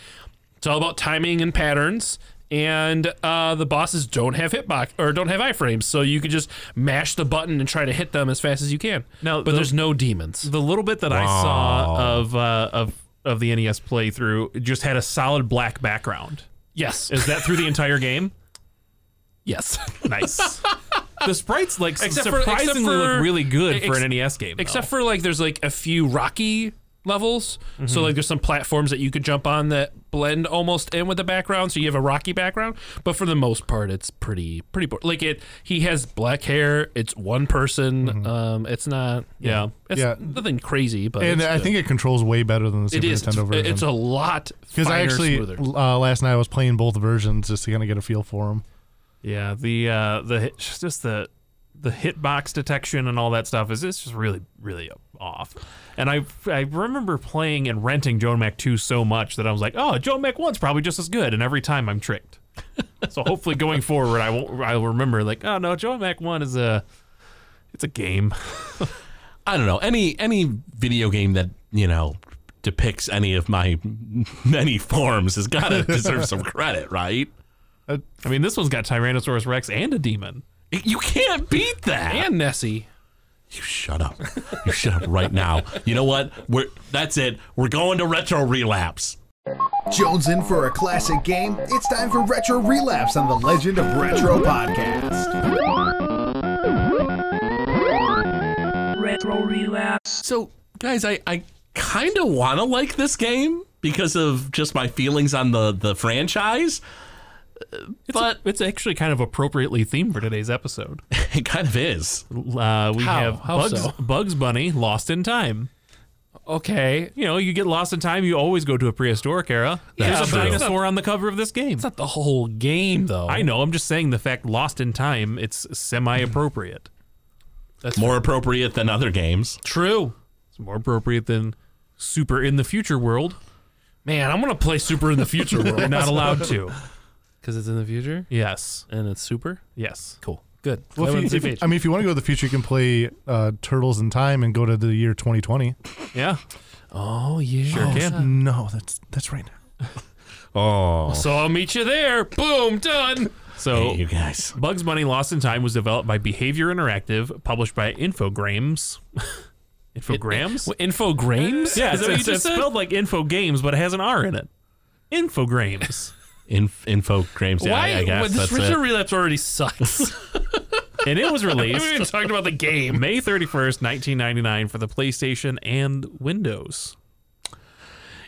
[SPEAKER 5] It's all about timing and patterns. And uh, the bosses don't have hitbox or don't have iframes, so you could just mash the button and try to hit them as fast as you can.
[SPEAKER 1] Now,
[SPEAKER 5] but
[SPEAKER 1] the-
[SPEAKER 5] there's no demons.
[SPEAKER 1] the little bit that I saw of, uh, of, of the NES playthrough it just had a solid black background.
[SPEAKER 5] Yes,
[SPEAKER 1] Is that through the entire game?
[SPEAKER 5] yes.
[SPEAKER 1] [laughs] Nice. The sprites like
[SPEAKER 5] Except for- except
[SPEAKER 1] surprisingly
[SPEAKER 5] for-
[SPEAKER 1] look really good for
[SPEAKER 5] ex-
[SPEAKER 1] an NES game. though.
[SPEAKER 5] except for like there's like a few rocky levels so like there's some platforms that you could jump on that blend almost in with the background so you have a rocky background but for the most part it's pretty pretty bo- like it he has black hair it's one person um it's not
[SPEAKER 1] Yeah.
[SPEAKER 5] it's
[SPEAKER 3] Yeah.
[SPEAKER 5] nothing crazy but
[SPEAKER 3] and
[SPEAKER 5] it's
[SPEAKER 3] I
[SPEAKER 5] good.
[SPEAKER 3] think it controls way better than the
[SPEAKER 5] it
[SPEAKER 3] Super
[SPEAKER 5] is
[SPEAKER 3] Nintendo version.
[SPEAKER 5] it's a lot
[SPEAKER 3] because I actually
[SPEAKER 5] smoother.
[SPEAKER 3] uh, last night I was playing both versions just to kind of get a feel for them.
[SPEAKER 1] Yeah, the uh, the hit, just the the hitbox detection and all that stuff is it's just really really off. And I I remember playing and renting Joan Mac 2 so much that I was like, "Oh, Joan Mac 1's probably just as good." And every time I'm [laughs] tricked. so hopefully going forward I won't I'll remember like, "Oh no, Joan Mac 1 is a it's a game."
[SPEAKER 2] I don't know any any video game that you know depicts any of my [laughs] many forms has
[SPEAKER 5] [laughs]
[SPEAKER 2] got to deserve some credit, right?
[SPEAKER 1] I mean, this one's got Tyrannosaurus Rex and a demon.
[SPEAKER 2] You can't beat that.
[SPEAKER 5] and nessie
[SPEAKER 2] You shut up. You shut up right now. You know what? We're that's it. We're going to retro relapse.
[SPEAKER 7] Jones in for a classic game? It's time for Retro Relapse on the Legend of Retro podcast.
[SPEAKER 8] Retro Relapse.
[SPEAKER 2] So, guys, I I kind of want to like this game because of just my feelings on the the franchise.
[SPEAKER 1] It's
[SPEAKER 2] But-
[SPEAKER 1] it's actually kind of appropriately themed for today's episode.
[SPEAKER 2] It kind of is.
[SPEAKER 1] Uh, we have
[SPEAKER 5] How
[SPEAKER 1] Bugs,
[SPEAKER 5] so?
[SPEAKER 1] Bugs Bunny lost in time.
[SPEAKER 5] okay
[SPEAKER 1] You know, you get lost in time, you always go to a prehistoric era. There's a
[SPEAKER 2] true.
[SPEAKER 1] dinosaur on the cover of this game.
[SPEAKER 5] not the whole game though
[SPEAKER 1] I know, I'm just saying the fact lost in time, it's semi appropriate.
[SPEAKER 2] More appropriate than other games.
[SPEAKER 5] true
[SPEAKER 1] It's more appropriate than Super in the Future World.
[SPEAKER 5] man i'm gonna play super in the future
[SPEAKER 1] You're not allowed to.
[SPEAKER 5] because it's in the future
[SPEAKER 1] Yes.
[SPEAKER 5] and it's super
[SPEAKER 1] Yes.
[SPEAKER 5] cool good
[SPEAKER 1] Oh,
[SPEAKER 3] Well, if you, if- I mean, if you want to go to the future, you can play uh, Turtles in Time and go to the year 2020.
[SPEAKER 1] Yeah.
[SPEAKER 5] Oh yeah.
[SPEAKER 1] Sure can.
[SPEAKER 3] No, that's that's right now.
[SPEAKER 2] Oh,
[SPEAKER 5] So I'll meet you there. Boom, done.
[SPEAKER 1] So
[SPEAKER 2] you guys.
[SPEAKER 1] Bugs Bunny Lost in Time was developed by Behavior Interactive, published by Infogrames. [laughs] Infogrames?
[SPEAKER 5] Infogrames?
[SPEAKER 1] yeah, it's,
[SPEAKER 5] is that what you
[SPEAKER 1] it's,
[SPEAKER 5] just
[SPEAKER 1] it's
[SPEAKER 5] said?
[SPEAKER 1] spelled like Infogames, but it has an R in it. Infogrames.
[SPEAKER 2] Inf- info Graham's yeah,
[SPEAKER 5] Why?
[SPEAKER 2] I guess
[SPEAKER 5] well, this
[SPEAKER 2] that's it.
[SPEAKER 5] Richard Relapse already [laughs] sucks.
[SPEAKER 1] and it was
[SPEAKER 5] we haven't
[SPEAKER 1] released
[SPEAKER 5] even talked about the game.
[SPEAKER 1] May 31st, 1999 for the PlayStation and Windows.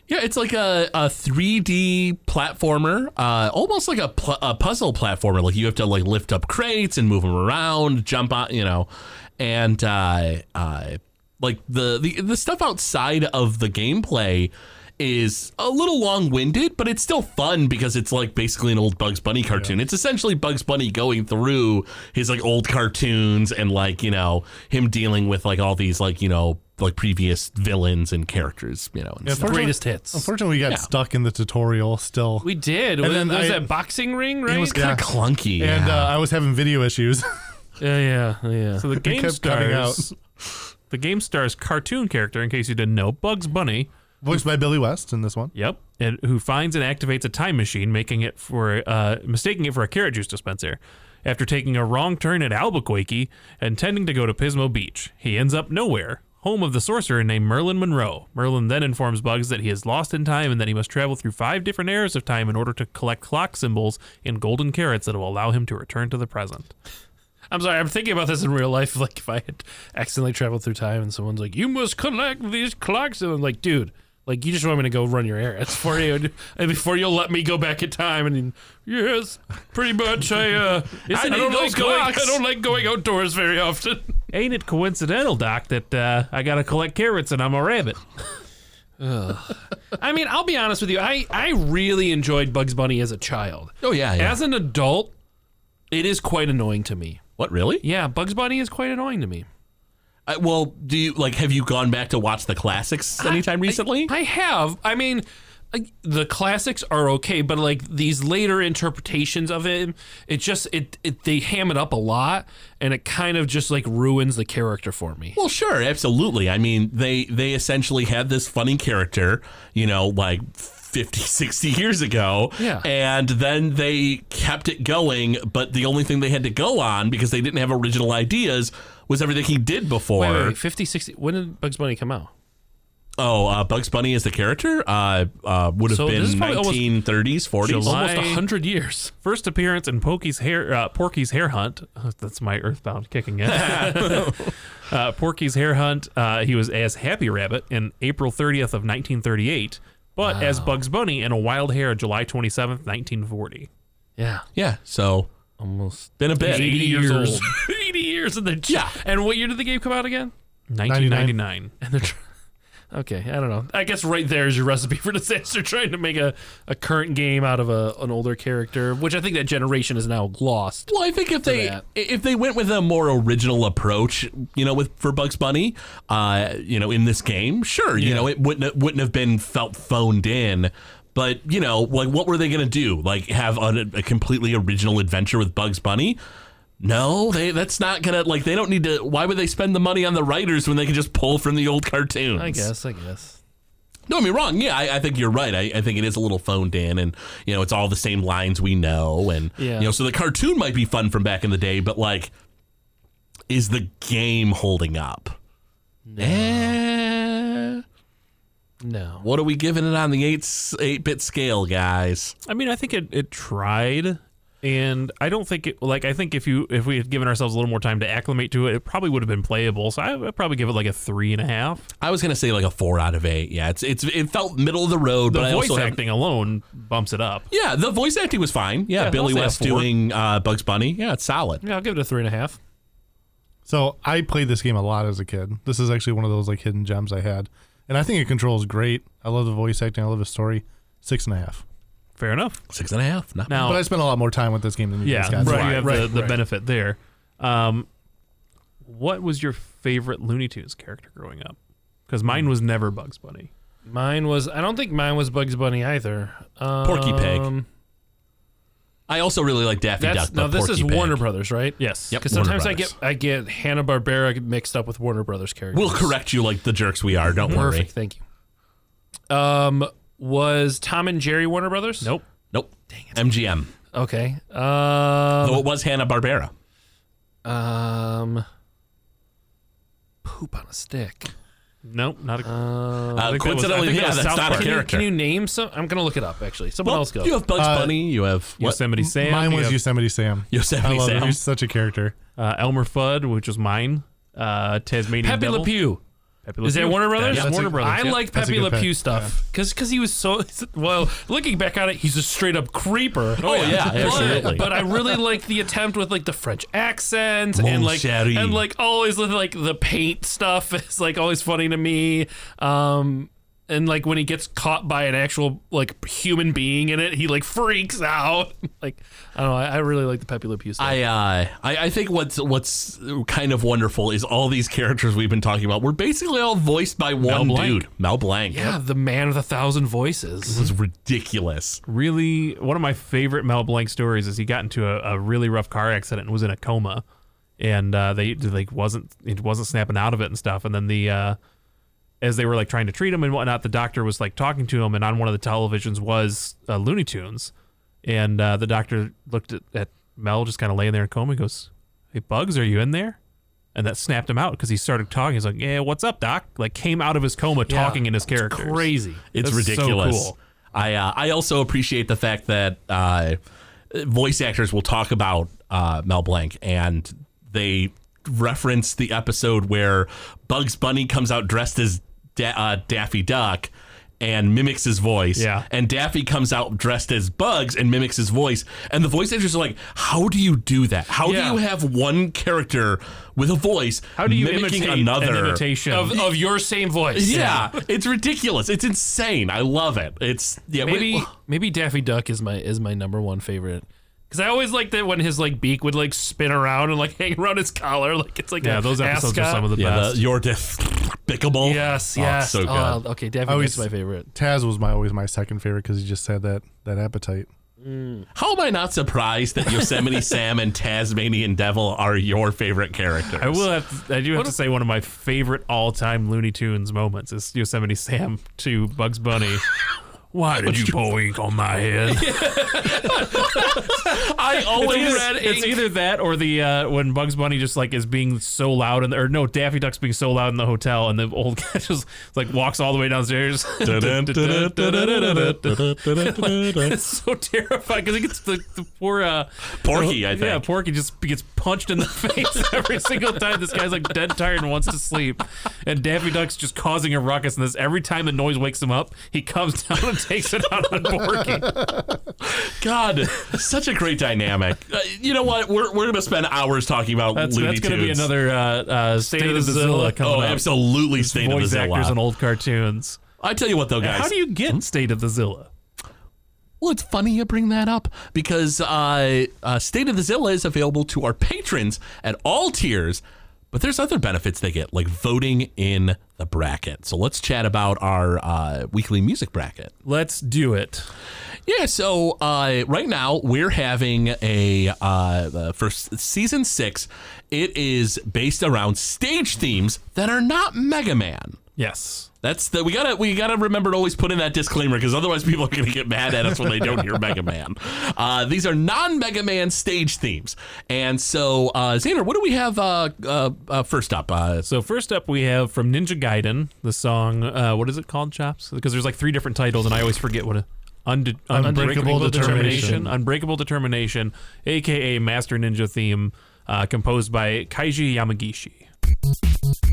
[SPEAKER 2] Yeah, it's like a, a 3D platformer, uh, almost like a, pl- a puzzle platformer. Like you have to like lift up crates and move them around, jump on, you know, and uh, uh, like the, the the stuff outside of the gameplay is a little long winded, but it's still fun because it's like basically an old Bugs Bunny cartoon. It's essentially Bugs Bunny going through his like old cartoons and like you know him dealing with like all these like you know like previous villains and characters, you know. And stuff.
[SPEAKER 3] Unfortunately-
[SPEAKER 5] Greatest hits.
[SPEAKER 3] Unfortunately, we got stuck in the tutorial still.
[SPEAKER 5] We did.
[SPEAKER 3] And
[SPEAKER 5] was
[SPEAKER 3] then
[SPEAKER 5] it- was
[SPEAKER 3] I-
[SPEAKER 5] that boxing ring, right?
[SPEAKER 2] It was kind of clunky.
[SPEAKER 3] and
[SPEAKER 2] yeah.
[SPEAKER 3] uh, I was having video issues. [laughs]
[SPEAKER 5] yeah, yeah, yeah.
[SPEAKER 1] So the
[SPEAKER 3] It
[SPEAKER 1] Game
[SPEAKER 3] kept cutting out.
[SPEAKER 1] Stars, the Game Stars cartoon character, in case you didn't know, Bugs Bunny.
[SPEAKER 3] Voiced by Billy West in this one.
[SPEAKER 1] Yep, and who finds and activates a time machine, making it for uh, mistaking it for a carrot juice dispenser. After taking a wrong turn at Albuquerque, intending to go to Pismo Beach, he ends up nowhere, home of the sorcerer named Merlin Monroe. Merlin then informs Bugs that he is lost in time and that he must travel through five different eras of time in order to collect clock symbols and golden carrots that will allow him to return to the present.
[SPEAKER 5] I'm sorry. I'm thinking about this in real
[SPEAKER 9] [laughs]
[SPEAKER 5] life. Like if I had accidentally traveled through time and someone's like, "You must collect these clocks," and I'm like, "Dude,
[SPEAKER 9] Like you just want me to go run your errands for you, and- [laughs] and before you'll let me go back in time. And then, yes, pretty much. I uh, I,
[SPEAKER 1] Isn't it
[SPEAKER 9] don't like
[SPEAKER 1] those
[SPEAKER 9] going, I
[SPEAKER 1] clocks?
[SPEAKER 9] don't like going outdoors very often. [laughs]
[SPEAKER 1] Ain't it coincidental, Doc, that uh, I gotta collect carrots and I'm a rabbit?
[SPEAKER 9] [sighs] I mean, I'll be honest with you. I I really enjoyed Bugs Bunny as a child.
[SPEAKER 2] Oh yeah, yeah.
[SPEAKER 9] As an adult, it is quite annoying to me.
[SPEAKER 2] what really?
[SPEAKER 9] Yeah, Bugs Bunny is quite annoying to me.
[SPEAKER 2] I, well, do you like? Have you gone back to watch the classics anytime recently?
[SPEAKER 9] I have. I mean, I- the classics are okay, but like these later interpretations of it, it just it, it they ham it up a lot, and it kind of just like ruins the character for me.
[SPEAKER 2] Well, sure, absolutely. I mean, they they essentially had this funny character, you know, like [laughs] 50, 60 years ago.
[SPEAKER 9] Yeah.
[SPEAKER 2] And then they kept it going, but the only thing they had to go on because they didn't have original ideas was everything he did before.
[SPEAKER 9] Wait, wait, wait, 50, 60. When did Bugs Bunny come out?
[SPEAKER 2] Oh, uh, Bugs Bunny is the character uh, uh, would have
[SPEAKER 9] So
[SPEAKER 2] been
[SPEAKER 9] this is probably almost
[SPEAKER 2] 1930s, 40s.
[SPEAKER 9] Almost
[SPEAKER 1] July-
[SPEAKER 9] Almost hundred years.
[SPEAKER 1] First appearance in Pokey's hair, uh, Porky's hair hunt. [laughs] That's my Earthbound kicking
[SPEAKER 9] [laughs]
[SPEAKER 1] in. uh, Porky's hair hunt. Uh, he was as Happy Rabbit in April 30th of 1938, but as Bugs Bunny in a Wild Hair, July 27th, 1940.
[SPEAKER 9] Yeah,
[SPEAKER 2] Yeah, so
[SPEAKER 9] almost
[SPEAKER 2] been a bit.
[SPEAKER 9] 80 years,
[SPEAKER 1] years.
[SPEAKER 9] old. [laughs] Eighty years in the
[SPEAKER 2] Yeah.
[SPEAKER 9] And what year did the game come out again?
[SPEAKER 1] 1999.
[SPEAKER 9] And they're. Tr- Okay, I don't know. I guess right there is your recipe for [laughs] disaster. Trying to make a, a current game out of a, an older character, which I think that generation is now lost.
[SPEAKER 2] Well, I think if they
[SPEAKER 9] that.
[SPEAKER 2] if they went with a more original approach, you know, with for Bugs Bunny, uh, you know, in this game, sure, you know, it wouldn't wouldn't have been felt phoned in. But you know, like, what were they gonna do? Like, have a, a completely original adventure with Bugs Bunny? No, they that's not gonna like. They don't need to. Why would they spend the money on the writers when they can just pull from the old cartoons?
[SPEAKER 9] I guess, I guess.
[SPEAKER 2] Don't get me wrong. Yeah, I, I think you're right. I, I think it is a little phoned in, and you know, it's all the same lines we know, and
[SPEAKER 9] Yeah.
[SPEAKER 2] you know, so the cartoon might be fun from back in the day, but like, is the game holding up? Eh,
[SPEAKER 9] No.
[SPEAKER 2] what are we giving it on the eight eight bit scale, guys?
[SPEAKER 1] I mean, I think it, it tried, and I don't think it like I think if you if we had given ourselves a little more time to acclimate to it, it probably would have been playable. So I, I'd probably give it like a three and a half.
[SPEAKER 2] I was gonna say like a four out of eight. Yeah, it's it's it felt middle of the road,
[SPEAKER 1] The
[SPEAKER 2] but I
[SPEAKER 1] voice
[SPEAKER 2] also have-
[SPEAKER 1] acting alone bumps it up.
[SPEAKER 2] yeah, the voice acting was fine. Yeah,
[SPEAKER 1] Yeah,
[SPEAKER 2] Billy
[SPEAKER 1] I'll say a
[SPEAKER 2] West
[SPEAKER 1] four.
[SPEAKER 2] doing uh, Bugs Bunny. Yeah, it's solid.
[SPEAKER 9] Yeah, I'll give it a three and a half.
[SPEAKER 3] So I played this game a lot as a kid. This is actually one of those like hidden gems I had, and I think it controls great. I love the voice acting. I love the story. Six and a half.
[SPEAKER 1] Fair enough.
[SPEAKER 2] Six and a half. Not
[SPEAKER 1] Now,
[SPEAKER 3] But I spent a lot more time with this game than you
[SPEAKER 1] yeah,
[SPEAKER 3] guys.
[SPEAKER 1] so
[SPEAKER 3] Guys.
[SPEAKER 1] you have the,
[SPEAKER 9] right,
[SPEAKER 1] the
[SPEAKER 9] right.
[SPEAKER 1] benefit there. Um, what was your favorite Looney Tunes character growing up? Because mine was never Bugs Bunny.
[SPEAKER 9] Mine was. I don't think mine was Bugs Bunny either. Um,
[SPEAKER 2] Porky Pig. I also really like Daffy
[SPEAKER 9] That's,
[SPEAKER 2] Duck.
[SPEAKER 9] now
[SPEAKER 2] but
[SPEAKER 9] this is
[SPEAKER 2] Porky Pig.
[SPEAKER 9] Warner Brothers, right?
[SPEAKER 1] Yes.
[SPEAKER 2] Yep.
[SPEAKER 9] Because
[SPEAKER 2] Warner
[SPEAKER 9] sometimes I
[SPEAKER 2] Brothers.
[SPEAKER 9] get I get Hanna Barbera mixed up with Warner Brothers characters.
[SPEAKER 2] We'll correct you like the jerks we are. Don't worry.
[SPEAKER 9] Perfect. Thank you. Um, was Tom and Jerry Warner Brothers?
[SPEAKER 1] Nope.
[SPEAKER 2] Nope. Dang it. MGM.
[SPEAKER 9] Okay. Um,
[SPEAKER 2] Though Oh, it was Hanna Barbera.
[SPEAKER 9] um, poop on a stick.
[SPEAKER 1] Nope. Not a. think
[SPEAKER 2] Uh,
[SPEAKER 1] that was- I
[SPEAKER 2] coincidentally,
[SPEAKER 1] think that
[SPEAKER 2] yeah,
[SPEAKER 1] was
[SPEAKER 2] that's
[SPEAKER 1] South
[SPEAKER 2] not
[SPEAKER 1] Park. Can
[SPEAKER 2] a
[SPEAKER 9] Can you,
[SPEAKER 2] character.
[SPEAKER 9] can you name some? I'm gonna look it up. Actually, someone else go.
[SPEAKER 2] you have Bugs
[SPEAKER 3] Uh,
[SPEAKER 2] Bunny. You have what?
[SPEAKER 1] Yosemite Sam.
[SPEAKER 3] Mine
[SPEAKER 1] you
[SPEAKER 3] was
[SPEAKER 1] have,
[SPEAKER 3] Yosemite Sam. I
[SPEAKER 2] Yosemite
[SPEAKER 3] love
[SPEAKER 2] Sam.
[SPEAKER 3] him. He's such a character.
[SPEAKER 1] uh, Elmer Fudd, which was mine. Uh, Tasmanian
[SPEAKER 9] Pepe
[SPEAKER 1] Devil.
[SPEAKER 9] Le Pew.
[SPEAKER 1] Pepe Le
[SPEAKER 9] Is that
[SPEAKER 1] Pew.
[SPEAKER 9] Warner Brothers?
[SPEAKER 1] Yeah,
[SPEAKER 3] that's
[SPEAKER 1] Warner
[SPEAKER 3] a-
[SPEAKER 1] Brothers.
[SPEAKER 9] I
[SPEAKER 1] yeah.
[SPEAKER 9] like
[SPEAKER 3] That's a
[SPEAKER 9] Pepe
[SPEAKER 3] good
[SPEAKER 9] Le
[SPEAKER 3] pick.
[SPEAKER 9] Pew stuff because he was so [laughs] well. Looking back on it, he's a straight up creeper.
[SPEAKER 2] Oh, yeah,
[SPEAKER 9] [laughs] but,
[SPEAKER 2] absolutely.
[SPEAKER 9] But I really like the attempt with like the French accents and
[SPEAKER 2] Mon
[SPEAKER 9] like
[SPEAKER 2] chéri.
[SPEAKER 9] and like always with like the paint stuff [laughs] is like always funny to me. Um, and like when he gets caught by an actual like human being in it, he like freaks out. [laughs] Like I don't know. I, I really like the Pepe Le Pew stuff.
[SPEAKER 2] I, uh, I I think what's what's kind of wonderful is all these characters we've been talking about were basically all voiced by one
[SPEAKER 1] Blanc.
[SPEAKER 2] dude, Mel Blanc.
[SPEAKER 9] yeah, the man with a thousand voices.
[SPEAKER 2] This is ridiculous.
[SPEAKER 1] really one of my favorite Mel Blanc stories is he got into a, a really rough car accident and was in a coma, and uh, they they, like wasn't it wasn't snapping out of it and stuff, and then the uh, as they were like trying to treat him and whatnot, the doctor was like talking to him, and on one of the televisions was uh, Looney Tunes, and uh, the doctor looked at, at Mel just kind of laying there in a coma, and goes, "Hey Bugs, are you in there?" And that snapped him out because he started talking. He's like, "Yeah, what's up, Doc?" Like came out of his coma talking in his character.
[SPEAKER 9] Crazy.
[SPEAKER 2] It's
[SPEAKER 1] That's so
[SPEAKER 2] ridiculous.
[SPEAKER 1] cool.
[SPEAKER 2] I uh, I also appreciate the fact that uh, voice actors will talk about uh, Mel Blanc and they reference the episode where Bugs Bunny comes out dressed as da- uh, Daffy Duck. and mimics his voice.
[SPEAKER 1] Yeah.
[SPEAKER 2] And Daffy comes out dressed as Bugs and mimics his voice. And the voice actors are like, "How do you do that? How
[SPEAKER 9] Yeah.
[SPEAKER 2] do you have one character with a voice?
[SPEAKER 1] How do you
[SPEAKER 2] mimicking
[SPEAKER 1] imitate
[SPEAKER 2] another?"
[SPEAKER 1] an imitation?
[SPEAKER 9] of, of your same voice.
[SPEAKER 2] Yeah, it's ridiculous. It's insane. I love it. It's yeah. we-
[SPEAKER 9] Maybe maybe Daffy Duck is my is my number one favorite. Cause I always liked that when his like beak would like spin around and like hang around his collar, like it's like
[SPEAKER 1] yeah,
[SPEAKER 9] a
[SPEAKER 1] those episodes
[SPEAKER 9] ascot.
[SPEAKER 1] are some of the
[SPEAKER 2] yeah,
[SPEAKER 1] best.
[SPEAKER 2] the, your despicable. Oh, it's
[SPEAKER 9] yes, yes.
[SPEAKER 2] so good.
[SPEAKER 1] Uh,
[SPEAKER 9] Oh, okay, Daffy
[SPEAKER 3] always-
[SPEAKER 9] Duck's my favorite.
[SPEAKER 3] Taz was my always my second favorite because he just had that that appetite.
[SPEAKER 2] How am I not surprised
[SPEAKER 1] [laughs]
[SPEAKER 2] that Yosemite Sam and Tasmanian Devil are your favorite characters?
[SPEAKER 1] I will have. To, I do have to say one of my favorite all-time Looney Tunes moments is Yosemite Sam to Bugs Bunny. Why did you pour ink on my head?
[SPEAKER 2] I always
[SPEAKER 1] It's- it's either that or the uh, when Bugs Bunny just like is being so loud in the, or no Daffy Duck's being so loud in the hotel and the old guy just like walks all the way downstairs.
[SPEAKER 3] Oh,
[SPEAKER 1] [laughs] it's so terrifying because he gets the, the poor uh,
[SPEAKER 2] Porky. I
[SPEAKER 1] yeah
[SPEAKER 2] think.
[SPEAKER 1] Porky just gets punched in the [laughs] face every single time. This guy's like dead tired and wants to sleep, and Daffy Duck's just causing a ruckus. And this every time the noise wakes him up, he comes [laughs] down and takes it out on Porky.
[SPEAKER 2] God, such a great dynamic. Uh, you know what? We're, we're gonna spend hours talking about
[SPEAKER 1] That's,
[SPEAKER 2] Looney
[SPEAKER 1] that's going to be
[SPEAKER 2] Tunes.
[SPEAKER 1] another uh, uh, State, of the Zilla coming
[SPEAKER 2] Oh,
[SPEAKER 1] up.
[SPEAKER 2] absolutely, State of the
[SPEAKER 1] voice
[SPEAKER 2] Zilla. Hmm?
[SPEAKER 1] actors on old cartoons.
[SPEAKER 2] I tell you what, though, guys.
[SPEAKER 1] How do you get State of the Zilla?
[SPEAKER 2] Well, it's funny you bring that up because uh, uh, State of the Zilla is available to our patrons at all tiers, but there's other benefits they get, like voting in the bracket. So let's chat about our uh, weekly music bracket.
[SPEAKER 1] Let's do it.
[SPEAKER 2] Yeah, so uh, right now we're having a uh, the first season six. It is based around stage themes that are not Mega Man.
[SPEAKER 1] Yes.
[SPEAKER 2] That's the we gotta we gotta remember to always put in that disclaimer because otherwise people are gonna get mad at us when they don't hear Mega Man. Uh, these are non Mega Man stage themes, and so uh, Xander, what do we have uh, uh, uh, first up? Uh,
[SPEAKER 1] So first up, we have from Ninja Gaiden the song. Uh, what is it called, Chops? Because there's like three different titles, and I always forget what. A, Unde-
[SPEAKER 3] Unbreakable Determination.
[SPEAKER 1] Unbreakable Determination, aka Master Ninja theme, uh, composed by Kaiji Yamagishi.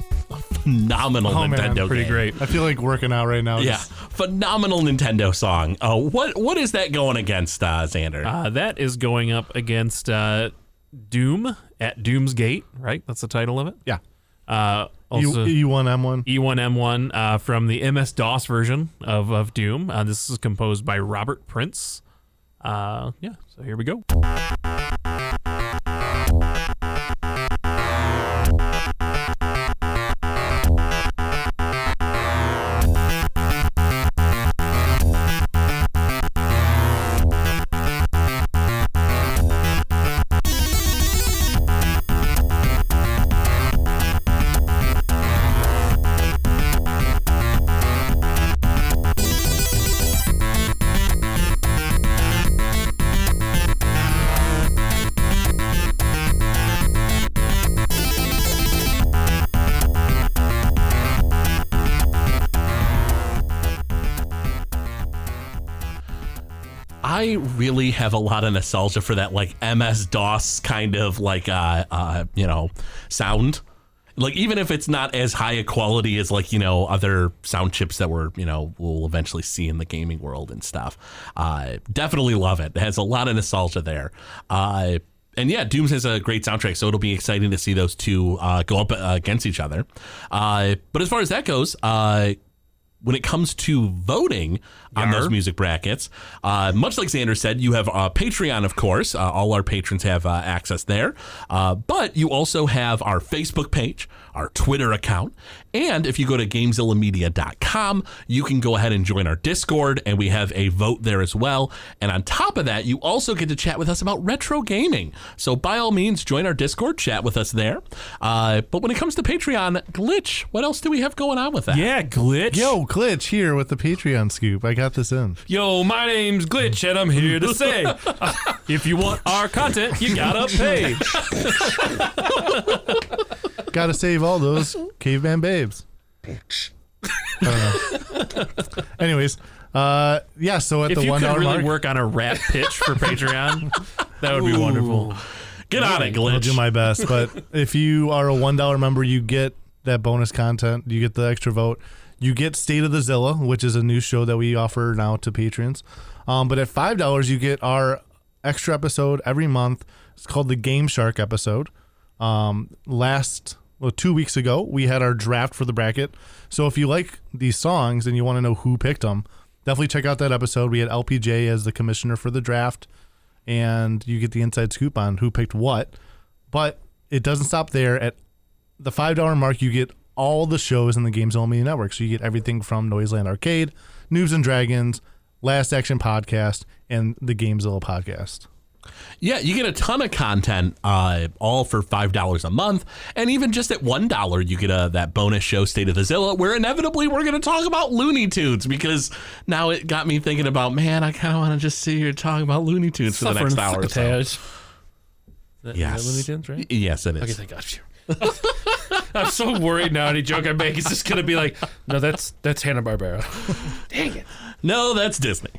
[SPEAKER 2] phenomenal
[SPEAKER 3] Oh, man,
[SPEAKER 2] Nintendo
[SPEAKER 1] Pretty
[SPEAKER 2] game.
[SPEAKER 1] great.
[SPEAKER 3] I feel like working out right now.
[SPEAKER 2] Yeah,
[SPEAKER 3] Just-
[SPEAKER 2] phenomenal Nintendo song. Uh, what what is that going against, uh, Xander?
[SPEAKER 1] Uh, that is going up against uh, Doom at Doom's Gate, right? That's the title of it.
[SPEAKER 3] yeah.
[SPEAKER 1] Uh, also, E
[SPEAKER 3] You, you won M one.
[SPEAKER 1] E1M1 uh, from the MS DOS version of, of Doom. Uh, this is composed by Robert Prince. Uh, yeah, so here we go.
[SPEAKER 2] I really have a lot of nostalgia for that like MS DOS kind of like uh, uh you know sound. Like even if it's not as high a quality as like you know other sound chips that we're you know we'll eventually see in the gaming world and stuff, uh, definitely love it. It has a lot of nostalgia there, uh, and yeah, Dooms has a great soundtrack, so it'll be exciting to see those two uh, go up uh, against each other. Uh, but as far as that goes, uh, when it comes to voting on those music brackets, uh, much like Xander said, you have uh, Patreon, of course. Uh, all our patrons have uh, access there. Uh, but you also have our Facebook page, our Twitter account. And if you go to GameZillaMedia.com, you can go ahead and join our Discord, and we have a vote there as well. And on top of that, you also get to chat with us about retro gaming. So by all means, join our Discord, chat with us there. Uh, but when it comes to Patreon, Glitch, what else do we have going on with that?
[SPEAKER 5] Yeah, glitch.
[SPEAKER 3] Yo, Glitch here with the Patreon scoop. I got this in.
[SPEAKER 1] Yo, my name's Glitch, and I'm here to [laughs] say,
[SPEAKER 5] If you want our content, you gotta pay.
[SPEAKER 3] Gotta save all those caveman babes. I don't know. Anyways, uh, yeah. So at
[SPEAKER 5] if
[SPEAKER 3] the
[SPEAKER 5] you
[SPEAKER 3] one
[SPEAKER 5] could
[SPEAKER 3] hour
[SPEAKER 5] really
[SPEAKER 3] mark,
[SPEAKER 5] work on a rap pitch for Patreon, that would be wonderful.
[SPEAKER 2] Get on it,
[SPEAKER 3] I'll do
[SPEAKER 2] Glitch.
[SPEAKER 3] my best. But if you are a one dollar member, you get that bonus content. You get the extra vote. You get State of the Zilla, which is a new show that we offer now to patrons. Um, but at five dollars, you get our extra episode every month. It's called the Game Shark episode. Um, last well, two weeks ago, we had our draft for the bracket. So if you like these songs and you want to know who picked them, definitely check out that episode. We had LPJ as the commissioner for the draft, and you get the inside scoop on who picked what. But it doesn't stop there. At the five dollar mark, you get all the shows in the Games Only Media Network. So you get everything from Noiseland Arcade, Noobs and Dragons, Last Action Podcast, and the Gamezilla Podcast.
[SPEAKER 2] Yeah, you get a ton of content, uh, all for five dollars a month, and even just at one dollar, you get a, that bonus show, State of the Zilla, where inevitably we're going to talk about Looney Tunes because now it got me thinking about, man, I kind of want to just sit here talking about Looney Tunes for the next hour. Or so. Yes.
[SPEAKER 1] Looney Tunes, right?
[SPEAKER 2] Yes, it is.
[SPEAKER 1] Okay, thank God. Phew. I'm so worried now. Any joke I make is just gonna be like, no, that's that's Hanna Barbera.
[SPEAKER 2] No, that's
[SPEAKER 1] [laughs]
[SPEAKER 2] Disney.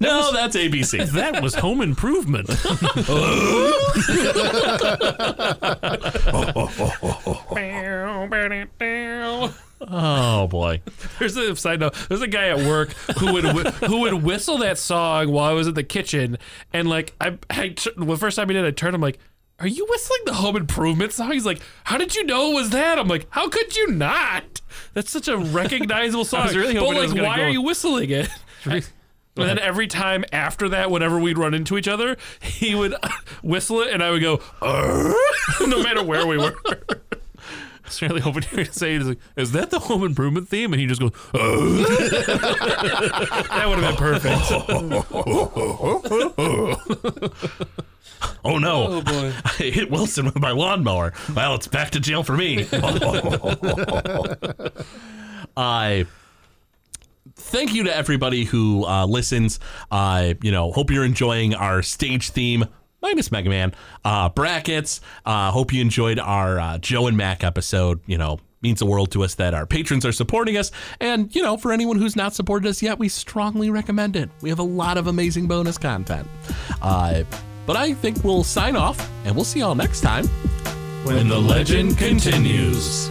[SPEAKER 2] No, that's ABC.
[SPEAKER 5] That was home improvement.
[SPEAKER 2] Oh boy.
[SPEAKER 1] There's a side note. There's a guy at work who would whi- who would whistle that song while I was in the kitchen, and like I, I tur- the first time he did, I turned him like, "Are you whistling the Home Improvement song?" He's like, "How did you know it was that?" I'm like, "How could you not? That's such a
[SPEAKER 5] [laughs]
[SPEAKER 1] recognizable song."
[SPEAKER 5] was really
[SPEAKER 1] but
[SPEAKER 5] hoping it
[SPEAKER 1] like,
[SPEAKER 5] was gonna
[SPEAKER 1] why
[SPEAKER 5] go-
[SPEAKER 1] are you whistling
[SPEAKER 5] [laughs]
[SPEAKER 1] it? And then every time after that, whenever we'd run into each other, he would [laughs] whistle it, and I would go, "Arr," [laughs] no matter where we were.
[SPEAKER 5] I was really [laughs] hoping you were going to say, is, like, is that the home improvement theme? And he just goes, oh. [laughs]
[SPEAKER 1] That would have been perfect.
[SPEAKER 2] Oh no. Oh boy. [laughs] I hit Wilson with my lawnmower. Well, it's back to jail for [laughs] me. I thank you to everybody who uh, listens. I, you know, hope you're enjoying our stage theme minus Mega Man uh, brackets. Uh, hope you enjoyed our uh, Joe and Mac episode. You know, means the world to us that our patrons are supporting us. And you know, for anyone who's not supported us yet, we strongly recommend it. We have a lot of amazing bonus content. Uh, but I think we'll sign off, and we'll see y'all next time when the legend continues.